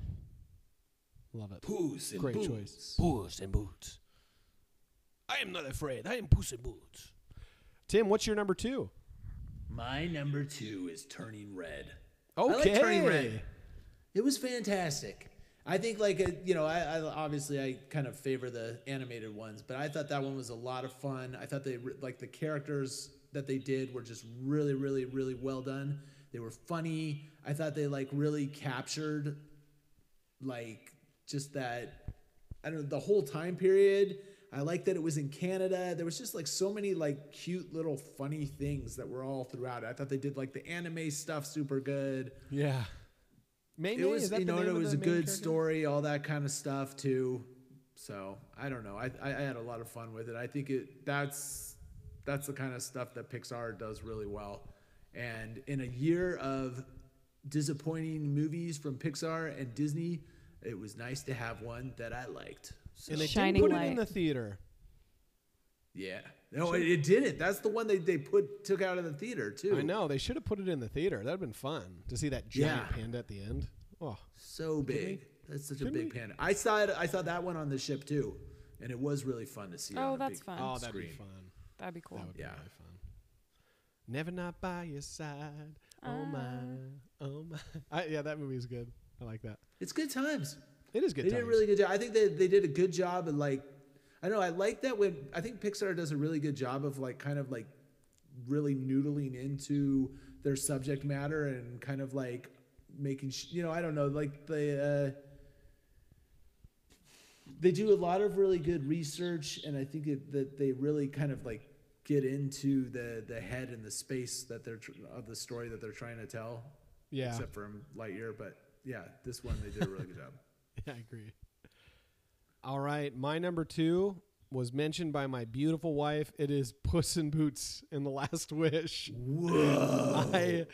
Speaker 3: love it.
Speaker 1: Puss in
Speaker 3: Great
Speaker 1: boots.
Speaker 3: choice.
Speaker 1: Puss in boots. I am not afraid. I am Puss in boots.
Speaker 3: Tim, what's your number two?
Speaker 4: My number two is Turning Red.
Speaker 3: Okay.
Speaker 4: I like Turning Red. It was fantastic. I think like uh, you know, I, I obviously I kind of favor the animated ones, but I thought that one was a lot of fun. I thought they re- like the characters that they did were just really, really, really well done. They were funny. I thought they like really captured like just that I don't know the whole time period. I like that it was in Canada. There was just like so many like cute little funny things that were all throughout. it. I thought they did like the anime stuff super good
Speaker 3: Yeah. May
Speaker 4: it
Speaker 3: May,
Speaker 4: was
Speaker 3: is that
Speaker 4: you
Speaker 3: the
Speaker 4: know
Speaker 3: name
Speaker 4: it
Speaker 3: of
Speaker 4: was
Speaker 3: the
Speaker 4: a
Speaker 3: main
Speaker 4: good
Speaker 3: character?
Speaker 4: story all that kind of stuff too so i don't know I, I i had a lot of fun with it i think it that's that's the kind of stuff that pixar does really well and in a year of disappointing movies from pixar and disney it was nice to have one that i liked so
Speaker 3: And they
Speaker 2: Shining
Speaker 3: didn't put it in
Speaker 2: Light.
Speaker 3: the theater.
Speaker 4: yeah no it, it didn't that's the one they, they put took out of the theater too
Speaker 3: I know they should have put it in the theater. That'd have been fun to see that giant
Speaker 4: Yeah.
Speaker 3: panda at the end. Oh,
Speaker 4: so big that's such a
Speaker 3: Didn't
Speaker 4: big panda i saw it i saw that one on the ship too and it was really fun to see on
Speaker 2: Oh,
Speaker 4: a
Speaker 2: that's
Speaker 4: big-
Speaker 2: fun.
Speaker 3: oh, that'd be
Speaker 4: Scream.
Speaker 3: fun.
Speaker 2: That'd be cool.
Speaker 3: That would
Speaker 4: Oh, Yeah.
Speaker 3: be really fun. Never not by your side. Oh
Speaker 2: Uh.
Speaker 3: my, oh my. <laughs> I, yeah, that movie is good. I like that.
Speaker 4: It's good times.
Speaker 3: It is good.
Speaker 4: they
Speaker 3: times.
Speaker 4: did a really good job. I think they, they did a good job of like, I know I like that when I think Pixar does a really good job of like kind of like really noodling into their subject matter and kind of like making sh- you know I don't know like the. Uh, they do a lot of really good research and i think it, that they really kind of like get into the the head and the space that they're tr- of the story that they're trying to tell
Speaker 3: Yeah.
Speaker 4: except for lightyear but yeah this one they did a really good job
Speaker 3: <laughs> Yeah, I agree. All right, my number two was mentioned by my beautiful wife. It is Puss in Boots in The Last Wish. Whoa! I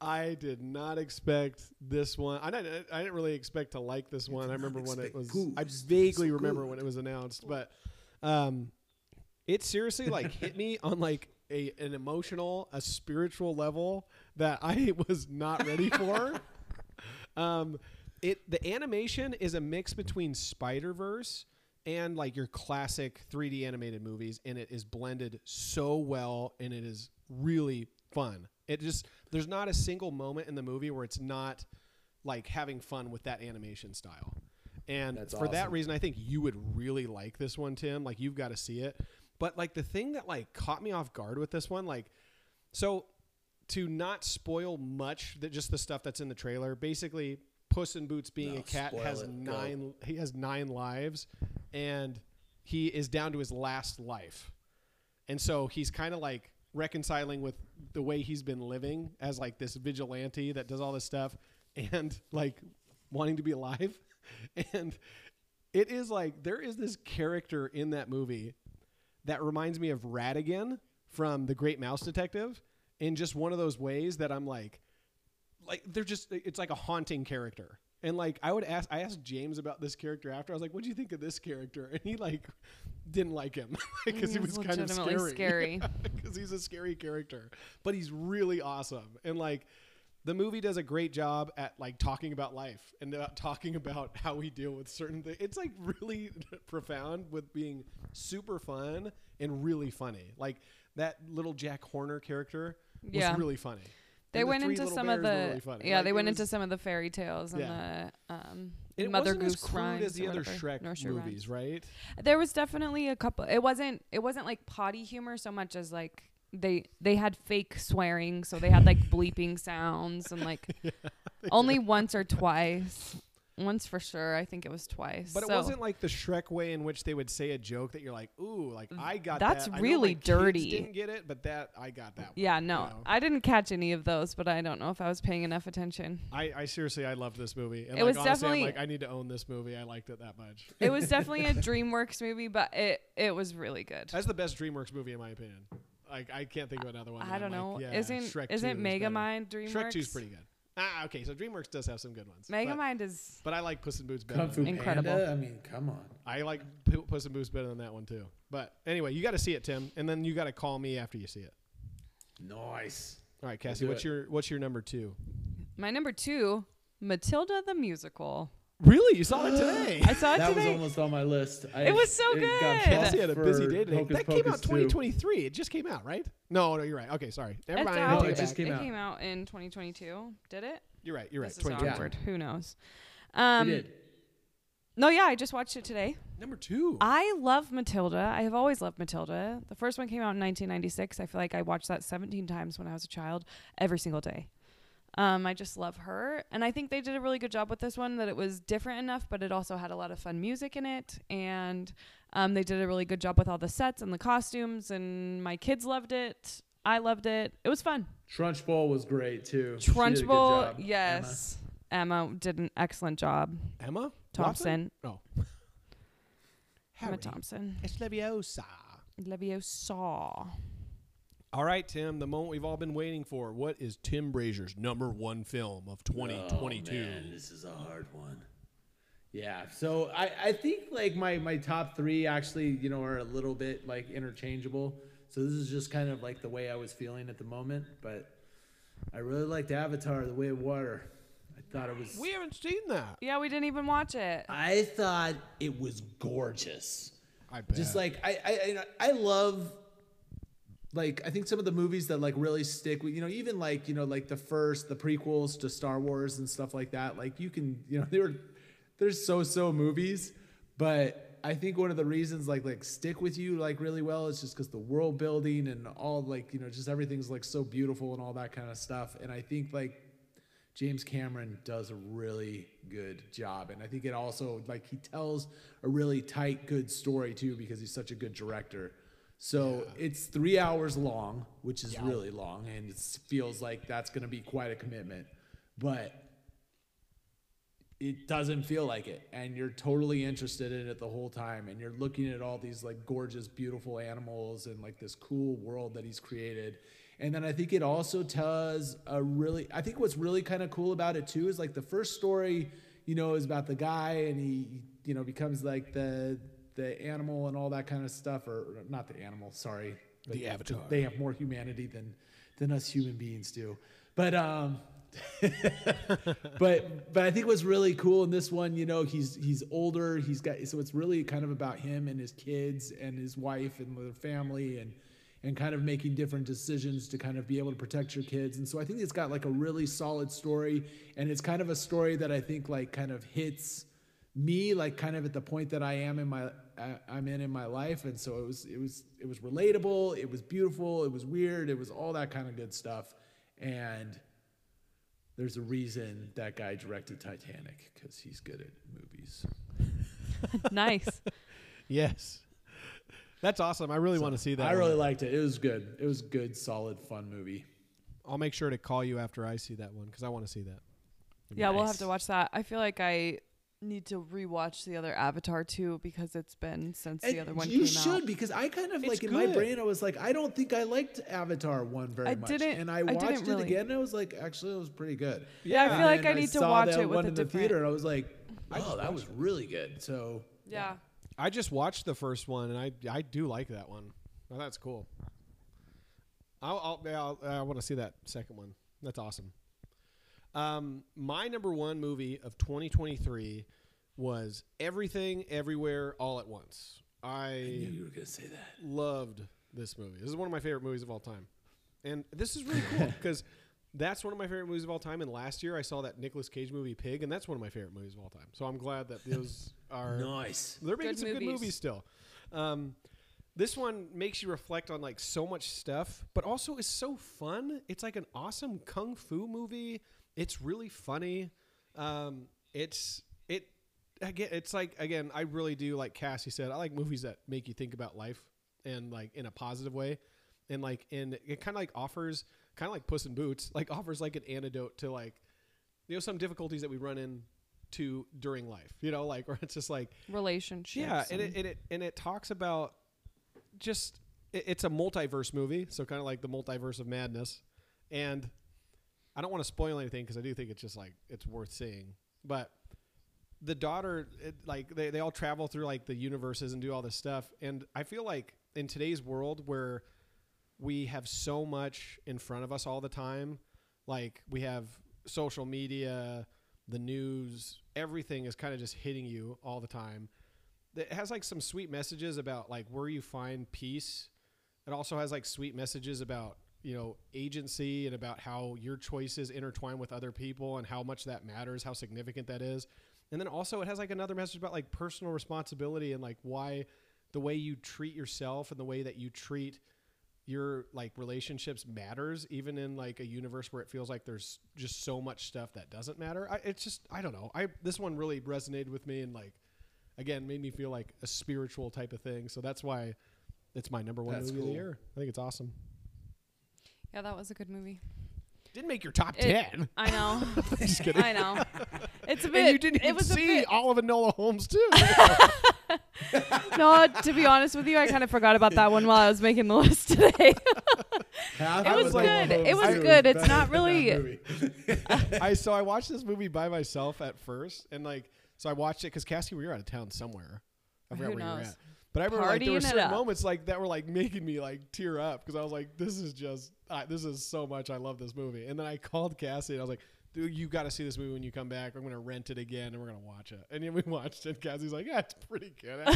Speaker 3: I did not expect this one. I didn't. I didn't really expect to like this one. I remember when it
Speaker 4: expect
Speaker 3: was.
Speaker 4: Goose
Speaker 3: I
Speaker 4: to be so
Speaker 3: vaguely remember
Speaker 4: good.
Speaker 3: when it was announced, but um, it seriously like hit me on like a an emotional, a spiritual level that I <laughs> was not ready for. Um, it the animation is a mix between Spider Verse and like your classic 3D animated movies, and it is blended so well, and it is really fun. It just there's not a single moment in the movie where it's not like having fun with that animation style. And
Speaker 4: That's
Speaker 3: for that
Speaker 4: awesome.
Speaker 3: reason, I think you would really like this one, Tim. Like you've got to see it. But like the thing that like caught me off guard with this one, like so to not spoil much that just the stuff that's in the trailer basically puss in boots being
Speaker 4: No,
Speaker 3: a cat
Speaker 4: spoil
Speaker 3: has
Speaker 4: it. Go.
Speaker 3: nine he has nine lives and he is down to his last life and so he's kind of like reconciling with the way he's been living as like this vigilante that does all this stuff and like wanting to be alive <laughs> and it is like there is this character in that movie that reminds me of Radigan from The Great Mouse Detective in just one of those ways that I'm like, like they're just it's like a haunting character And like I would ask, I asked James about this character after. I was like, "What do you think of this character?" And he like didn't like him <laughs> because he
Speaker 2: He's
Speaker 3: was kind of
Speaker 2: legitimately
Speaker 3: scary. <laughs> Because he's a scary character, but he's really awesome. And like the movie does a great job at like talking about life and about <laughs> talking about how we deal with certain things. It's like really <laughs> profound with being super fun and really funny. Like that little Jack Horner character was
Speaker 2: Yeah.
Speaker 3: really funny.
Speaker 2: They
Speaker 3: And the
Speaker 2: went
Speaker 3: Three
Speaker 2: into
Speaker 3: Little
Speaker 2: some of
Speaker 3: Bears were
Speaker 2: the
Speaker 3: really funny.
Speaker 2: yeah.
Speaker 3: Like,
Speaker 2: they
Speaker 3: it
Speaker 2: went
Speaker 3: was-
Speaker 2: into some of the fairy tales and
Speaker 3: Yeah.
Speaker 2: the um,
Speaker 3: and it
Speaker 2: Mother
Speaker 3: wasn't as
Speaker 2: Goose
Speaker 3: crude
Speaker 2: rhymes
Speaker 3: as the
Speaker 2: or
Speaker 3: other
Speaker 2: whatever,
Speaker 3: Shrek
Speaker 2: nursery rhymes.
Speaker 3: movies, right?
Speaker 2: There was definitely a couple. It wasn't. It wasn't like potty humor so much as like they they had fake swearing, so they had like bleeping sounds
Speaker 3: <laughs>
Speaker 2: and like only once or twice. Once for sure, I think it was twice.
Speaker 3: But
Speaker 2: so
Speaker 3: it wasn't like the Shrek way in which they would say a joke that you're like, "Ooh, like I got
Speaker 2: Mm, That's
Speaker 3: that." I know
Speaker 2: really
Speaker 3: my kids
Speaker 2: dirty.
Speaker 3: didn't get it, but that I got that. One,
Speaker 2: Yeah,
Speaker 3: you
Speaker 2: no,
Speaker 3: know?
Speaker 2: I didn't catch any of those, but I don't know if I was paying enough attention.
Speaker 3: I, I seriously, I loved this movie. And
Speaker 2: It
Speaker 3: like,
Speaker 2: was
Speaker 3: honestly,
Speaker 2: definitely-
Speaker 3: I'm like, I need to own this movie. I liked it that much. <laughs>
Speaker 2: It was definitely a DreamWorks movie, but it it was really good.
Speaker 3: That's the best DreamWorks movie in my opinion. Like, I can't think of another one. that
Speaker 2: I
Speaker 3: I'm
Speaker 2: don't know.
Speaker 3: Like, yeah,
Speaker 2: isn't
Speaker 3: Shrek 2
Speaker 2: isn't
Speaker 3: is better.
Speaker 2: Megamind DreamWorks?
Speaker 3: Shrek Two's pretty good. Ah, okay. So DreamWorks does have some good ones. but-
Speaker 2: Megamind is
Speaker 3: But I like Puss in Boots better.
Speaker 5: Kung
Speaker 3: than
Speaker 5: Fu
Speaker 3: that.
Speaker 2: Incredible.
Speaker 5: Panda. I mean, come on.
Speaker 3: I like P- Puss in Boots better than that one too. But anyway, you got to see it, Tim, and then you got to call me after you see it.
Speaker 5: Nice.
Speaker 3: All right, Cassie,
Speaker 5: do
Speaker 3: what's
Speaker 5: it.
Speaker 3: your what's your number two?
Speaker 2: my number two. Matilda the musical.
Speaker 3: Really, you
Speaker 5: <gasps>
Speaker 3: saw it today?
Speaker 2: I saw it
Speaker 5: That was
Speaker 2: today.
Speaker 5: almost on my list. I,
Speaker 2: It was so
Speaker 5: got
Speaker 2: good.
Speaker 5: bumped
Speaker 3: Cassie had a busy
Speaker 5: for
Speaker 3: day today.
Speaker 5: Hocus
Speaker 3: that came out
Speaker 5: Pocus 2.
Speaker 3: 2023. It just came out, right? No, no, you're right. Okay, sorry. Never
Speaker 2: It's
Speaker 3: mind. I
Speaker 2: out.
Speaker 3: take
Speaker 5: No,
Speaker 3: it
Speaker 5: it
Speaker 3: back.
Speaker 5: just came
Speaker 2: it
Speaker 5: out.
Speaker 2: came out in 2022. Did it?
Speaker 3: You're right. You're right.
Speaker 2: This is
Speaker 3: 2023.
Speaker 2: awkward. Who knows?
Speaker 5: We
Speaker 2: Um,
Speaker 5: did.
Speaker 2: no, yeah, I just watched it today.
Speaker 3: Number two.
Speaker 2: I love Matilda. I have always loved Matilda. The first one came out in 1996. I feel like I watched that 17 times when I was a child, every single day. Um, I just love her, and I think they did a really good job with this one. That it was different enough, but it also had a lot of fun music in it, and um, they did a really good job with all the sets and the costumes. And my kids loved it. I loved it. It was fun.
Speaker 5: Trunch Bowl was great too. She did a good
Speaker 2: Trunchbull,
Speaker 5: job,
Speaker 2: yes. Emma. did an excellent job.
Speaker 3: Emma
Speaker 2: Thompson,
Speaker 3: Watson? Oh.
Speaker 2: <laughs> Emma
Speaker 3: Harry.
Speaker 2: Thompson,
Speaker 3: It's Leviosa.
Speaker 2: Leviosa.
Speaker 3: All right, Tim. The moment we've all been waiting for. What is Tim Brazier's number one film of
Speaker 5: Emma.
Speaker 3: 2022?
Speaker 5: Oh, man, this is a hard one. Yeah. So I, I think like my my top three actually you know are a little bit like interchangeable. So this is just kind of like the way I was feeling at the moment. But I really liked Avatar: The Way of Water. I thought it was.
Speaker 3: We haven't seen that.
Speaker 2: Yeah, we didn't even watch it.
Speaker 5: I thought it was gorgeous.
Speaker 3: I bet.
Speaker 5: just like I, I I I love like I think some of the movies that like really stick with you know even like you know like the first the prequels to Star Wars and stuff like that like you can <laughs> you know they were they're so so movies but I think one of the reasons like like stick with you like really well is just because the world building and all like you know just everything's like so beautiful and all that kind of stuff and I think like James Cameron does a really good job. And I think it also, like, he tells a really tight, good story, too, because he's such a good director. So it's three hours long, which is really long. And it feels like that's going to be quite a commitment. But it doesn't feel like it. And you're totally interested in it the whole time. And you're looking at all these, like, gorgeous, beautiful animals and, like, this cool world that he's created. And then I think it also tells a really, I think what's really kind of cool about it too is like the first story, you know, is about the guy and he, you know, becomes like the, the animal and all that kind of stuff, or or not the animal, sorry. but
Speaker 3: The avatar.
Speaker 5: They have more humanity than, than us human beings do. But, um, but but I think what's really cool in this one, you know, he's he's older. He's got so it's really kind of about him and his kids and his wife and their family and and kind of making different decisions to kind of be able to protect your kids. And so I think it's got like a really solid story and it's kind of a story that I think like kind of hits me like kind of at the point that I am in my I- I'm in in my life and so it was it was it was relatable, it was beautiful, it was weird, it was all that kind of good stuff. And there's a reason that guy directed Titanic because he's good at movies.
Speaker 2: nice.
Speaker 3: yes. That's awesome. I really want to see that.
Speaker 5: I
Speaker 3: one.
Speaker 5: really liked it. It was good. It was good, solid, fun movie.
Speaker 3: I'll make sure to call you after I see that one because I want to see that.
Speaker 2: Yeah, we'll have to watch that. I feel like I need to rewatch the other Avatar too because it's been since the
Speaker 4: And
Speaker 2: other one
Speaker 4: you
Speaker 2: came
Speaker 4: should
Speaker 2: out.
Speaker 4: because I kind of
Speaker 3: It's
Speaker 4: like in my
Speaker 3: good.
Speaker 4: brain I was like I don't think I liked Avatar one very
Speaker 2: I
Speaker 4: much,
Speaker 2: didn't-
Speaker 4: and
Speaker 2: I
Speaker 4: I
Speaker 2: didn't
Speaker 4: watched it
Speaker 2: really.
Speaker 4: again. and I was like, actually, it was pretty good.
Speaker 2: Yeah, I
Speaker 4: And
Speaker 2: feel like
Speaker 4: then
Speaker 2: I need to
Speaker 4: saw
Speaker 2: watch
Speaker 4: that
Speaker 2: it with
Speaker 4: one
Speaker 2: a
Speaker 4: in the
Speaker 2: different.
Speaker 4: theater, and I was like, oh, that was really good. So
Speaker 2: Yeah.
Speaker 3: I just watched the first one, and I I do like that one. Oh, that's cool. I'll, I'll, yeah, I'll I want to see that second one. That's awesome. Um, my number one movie of 2023 was Everything, Everywhere, All at Once.
Speaker 4: I knew
Speaker 3: I
Speaker 4: you were gonna say that.
Speaker 3: loved this movie. This is one of my favorite movies of all time, and this is really cool because that's one of my favorite movies of all time. And last year I saw that Nicolas Cage movie Pig, and that's one of my favorite movies of all time. So I'm glad that those are
Speaker 4: Nice.
Speaker 3: they're making
Speaker 2: Good
Speaker 3: some good
Speaker 2: movies.
Speaker 3: movies still. Um, this one makes you reflect on like so much stuff, but also is so fun. It's like an awesome kung fu movie. It's really funny. Um, it's it again. It's like again. I really do like Cassie said. I like movies that make you think about life and like in a positive way, and like in it kind of like offers kind of like Puss in Boots <laughs> like offers like an antidote to like you know some difficulties that we run into during life. You know like <laughs> where it's just like
Speaker 2: Relationships.
Speaker 3: yeah, and it,
Speaker 2: and-
Speaker 3: and it and it talks about just it, it's a multiverse movie, so kind of like the multiverse of madness. And I don't want to spoil anything because I do think it's just like it's worth seeing. But the daughter, it, like they they all travel through like the universes and do all this stuff, and I feel like in today's world where we have so much in front of us all the time. Like we have social media, the news, everything is kind of just hitting you all the time. It has like some sweet messages about like where you find peace. It also has like sweet messages about, you know, agency and about how your choices intertwine with other people and how much that matters, how significant that is. And then also it has like another message about like personal responsibility and like why the way you treat yourself and the way that you treat your like relationships matters even in like a universe where it feels like there's just so much stuff that doesn't matter I, it's just i don't know i this one really resonated with me and like again made me feel like a spiritual type of thing so that's why it's my number one
Speaker 4: That's
Speaker 3: movie of the
Speaker 4: cool.
Speaker 3: year i think it's awesome
Speaker 2: yeah, that was a good movie.
Speaker 3: didn't make your top
Speaker 2: It-
Speaker 3: 10
Speaker 2: I know. <laughs> I know. It's a bit.
Speaker 3: and you didn't
Speaker 2: it
Speaker 3: even
Speaker 2: was a
Speaker 3: see
Speaker 2: bit.
Speaker 3: all of Enola Holmes too.
Speaker 2: No, to be honest with you, I kind of forgot about that one while I was making the list <laughs> today.
Speaker 4: Half
Speaker 2: It
Speaker 4: of
Speaker 2: was
Speaker 4: like,
Speaker 2: good.
Speaker 4: "Oh,
Speaker 2: It was
Speaker 4: this is
Speaker 2: good. It's
Speaker 4: better
Speaker 2: not
Speaker 4: than that
Speaker 2: really-
Speaker 4: movie."
Speaker 3: <laughs> I so I watched this movie by myself at first, and like so I watched it because Cassie, we were out of town somewhere. I forgot
Speaker 2: Who
Speaker 3: where you were
Speaker 2: knows?
Speaker 3: at, but I remember like there
Speaker 2: Partying
Speaker 3: were
Speaker 2: it
Speaker 3: certain
Speaker 2: up.
Speaker 3: moments like that were like making me like tear up because I was like, this is just I this is so much. I love this movie, and then I called Cassie and I was like. Dude, you got to see this movie when you come back. I'm gonna rent it again, and we're gonna watch it. And then we <laughs> watched it. Cassie's like, "Yeah, it's pretty good."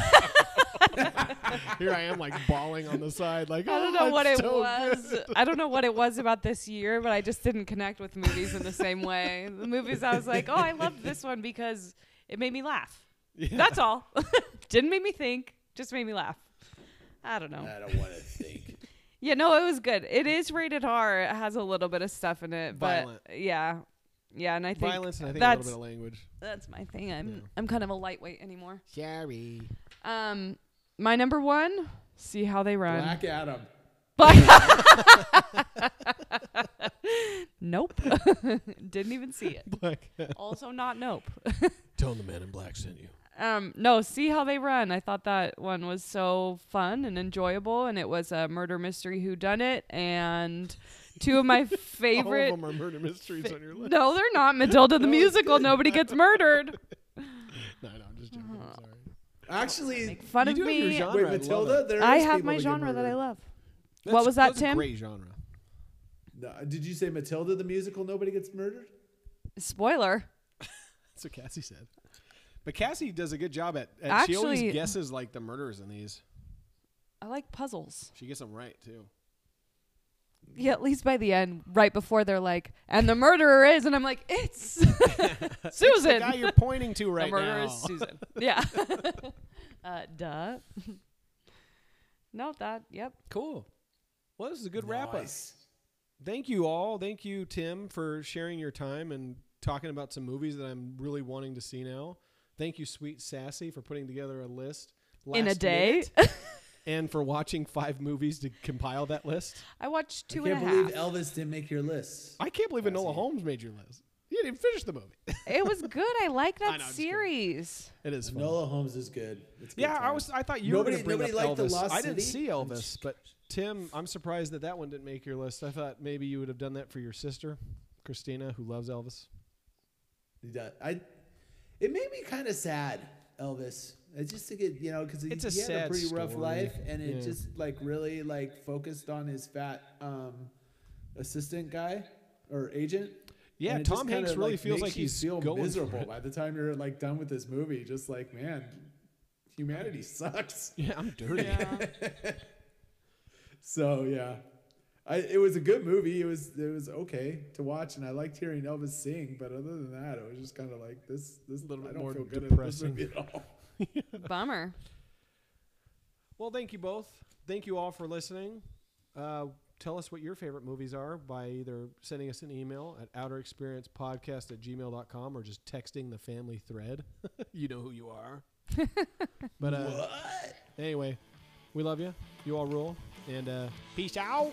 Speaker 3: <laughs> Here I am, like bawling on the side, like
Speaker 2: I don't
Speaker 3: "Oh,
Speaker 2: know what it
Speaker 3: it's so good."
Speaker 2: was. I don't know what it was about this year, but I just didn't connect with movies in the same way. The
Speaker 3: <laughs>
Speaker 2: movies I was like, oh, I loved this one because it made me laugh.
Speaker 3: Yeah.
Speaker 2: That's all. <laughs> Didn't make me think, just made me laugh. I don't know.
Speaker 4: I don't want to think.
Speaker 2: Yeah, no, it was good. It is rated R. It has a little bit of stuff in it, but
Speaker 3: Violent.
Speaker 2: yeah, yeah, and I think
Speaker 3: violence and I think a
Speaker 2: that's
Speaker 3: little bit of language.
Speaker 2: that's my thing. I'm
Speaker 3: Yeah.
Speaker 2: I'm kind of a lightweight anymore.
Speaker 3: Sorry. <laughs>
Speaker 2: Um, my number one. See how they run.
Speaker 4: Black Adam.
Speaker 2: Nope. <laughs> Didn't even see it. Also not nope.
Speaker 1: Tell the man in black sent you.
Speaker 2: <laughs> Um, no, see how they run. I thought that one was so fun and enjoyable, and it was a murder mystery who done it, and two of my favorite.
Speaker 3: All of them are murder mysteries on your list.
Speaker 2: no, they're not Matilda the musical. Nobody gets murdered.
Speaker 3: <laughs> No, no, I'm just joking.
Speaker 2: Uh-huh.
Speaker 3: I'm sorry.
Speaker 4: Actually,
Speaker 2: Make fun
Speaker 3: You
Speaker 2: of
Speaker 3: do have your
Speaker 2: me.
Speaker 3: genre.
Speaker 4: wait,
Speaker 3: I love
Speaker 4: Matilda.
Speaker 3: it.
Speaker 4: There
Speaker 2: I
Speaker 4: is
Speaker 2: have
Speaker 4: people
Speaker 2: my
Speaker 4: get
Speaker 2: genre that I
Speaker 4: murdered.
Speaker 2: love. What was that,
Speaker 3: that's
Speaker 2: Tim?
Speaker 3: A great genre.
Speaker 4: No, uh, did you say Matilda the musical? Nobody gets murdered.
Speaker 2: Spoiler.
Speaker 3: That's what Cassie said. But Cassie does a good job at. at she
Speaker 2: Actually-
Speaker 3: always guesses like the murders in these.
Speaker 2: I like puzzles.
Speaker 3: She gets them right <laughs> too.
Speaker 2: Yeah, at least by the end, right before they're like, and the murderer is, and I'm like, it's <laughs>
Speaker 3: The
Speaker 2: Susan.
Speaker 3: guy you're pointing to right
Speaker 2: the murderer
Speaker 3: now.
Speaker 2: is
Speaker 3: <laughs>
Speaker 2: Susan. Yeah. <laughs> uh, duh. <laughs> no, that. Yep.
Speaker 3: Cool. Well, this is a good wrap up.
Speaker 4: Nice.
Speaker 3: Thank you all. Thank you, Tim, for sharing your time and talking about some movies that I'm really wanting to see now. Thank you, Sweet Sassy, for putting together a list
Speaker 2: In a
Speaker 3: last
Speaker 2: day,
Speaker 3: minute and for watching five movies to compile that list.
Speaker 2: <laughs> I watched two
Speaker 4: I
Speaker 2: and a
Speaker 4: can't
Speaker 2: half.
Speaker 4: believe Elvis didn't make your list.
Speaker 3: I can't believe
Speaker 4: Classy.
Speaker 3: Enola Holmes made your list. You didn't even finish the movie. <laughs>
Speaker 2: It was good. I like that
Speaker 3: know, I'm just kidding.
Speaker 2: series.
Speaker 3: it is. Fun.
Speaker 5: Nola Holmes is good. It's good
Speaker 3: Yeah, I
Speaker 5: time.
Speaker 3: was. I thought you
Speaker 5: Nobody-
Speaker 3: were going to
Speaker 5: nobody
Speaker 3: bring up
Speaker 5: liked the
Speaker 3: Elvis.
Speaker 5: Lost
Speaker 3: I didn't
Speaker 5: City?
Speaker 3: see Elvis, but Tim, I'm surprised that that one didn't make your list. I thought maybe you would have done that for your sister, Christina, who loves Elvis.
Speaker 5: He does- I. It made me kind of sad, Elvis. I just think it, you know, because he,
Speaker 3: It's a
Speaker 5: he had a
Speaker 3: sad
Speaker 5: pretty rough
Speaker 3: story.
Speaker 5: life, and it
Speaker 3: Yeah.
Speaker 5: just like really like focused on his fat um, assistant guy or agent.
Speaker 3: Yeah,
Speaker 5: And it
Speaker 3: Tom
Speaker 5: just
Speaker 3: Hanks
Speaker 5: kinda,
Speaker 3: really
Speaker 5: like,
Speaker 3: feels
Speaker 5: makes
Speaker 3: like
Speaker 5: you
Speaker 3: he's
Speaker 5: feel
Speaker 3: going for
Speaker 5: miserable
Speaker 3: it.
Speaker 5: by the time you're like done with this movie. Just like man, humanity sucks.
Speaker 3: Yeah, I'm dirty.
Speaker 5: So yeah, I it was a good movie. It was it was okay to watch, and I liked hearing Elvis sing. But other than that, it was just kind of like this this
Speaker 3: Little
Speaker 5: I
Speaker 3: bit
Speaker 5: don't
Speaker 3: more
Speaker 5: feel good
Speaker 3: depressing.
Speaker 5: At this movie at all.
Speaker 2: <laughs> Bummer.
Speaker 3: Well, thank you both. Thank you all for listening. Uh, tell us what your favorite movies are by either sending us an email at outerexperiencepodcast at gmail.com or just texting the family thread. <laughs> you know who you are. but uh, anyway, we love you. You all rule. And uh,
Speaker 6: Peace out.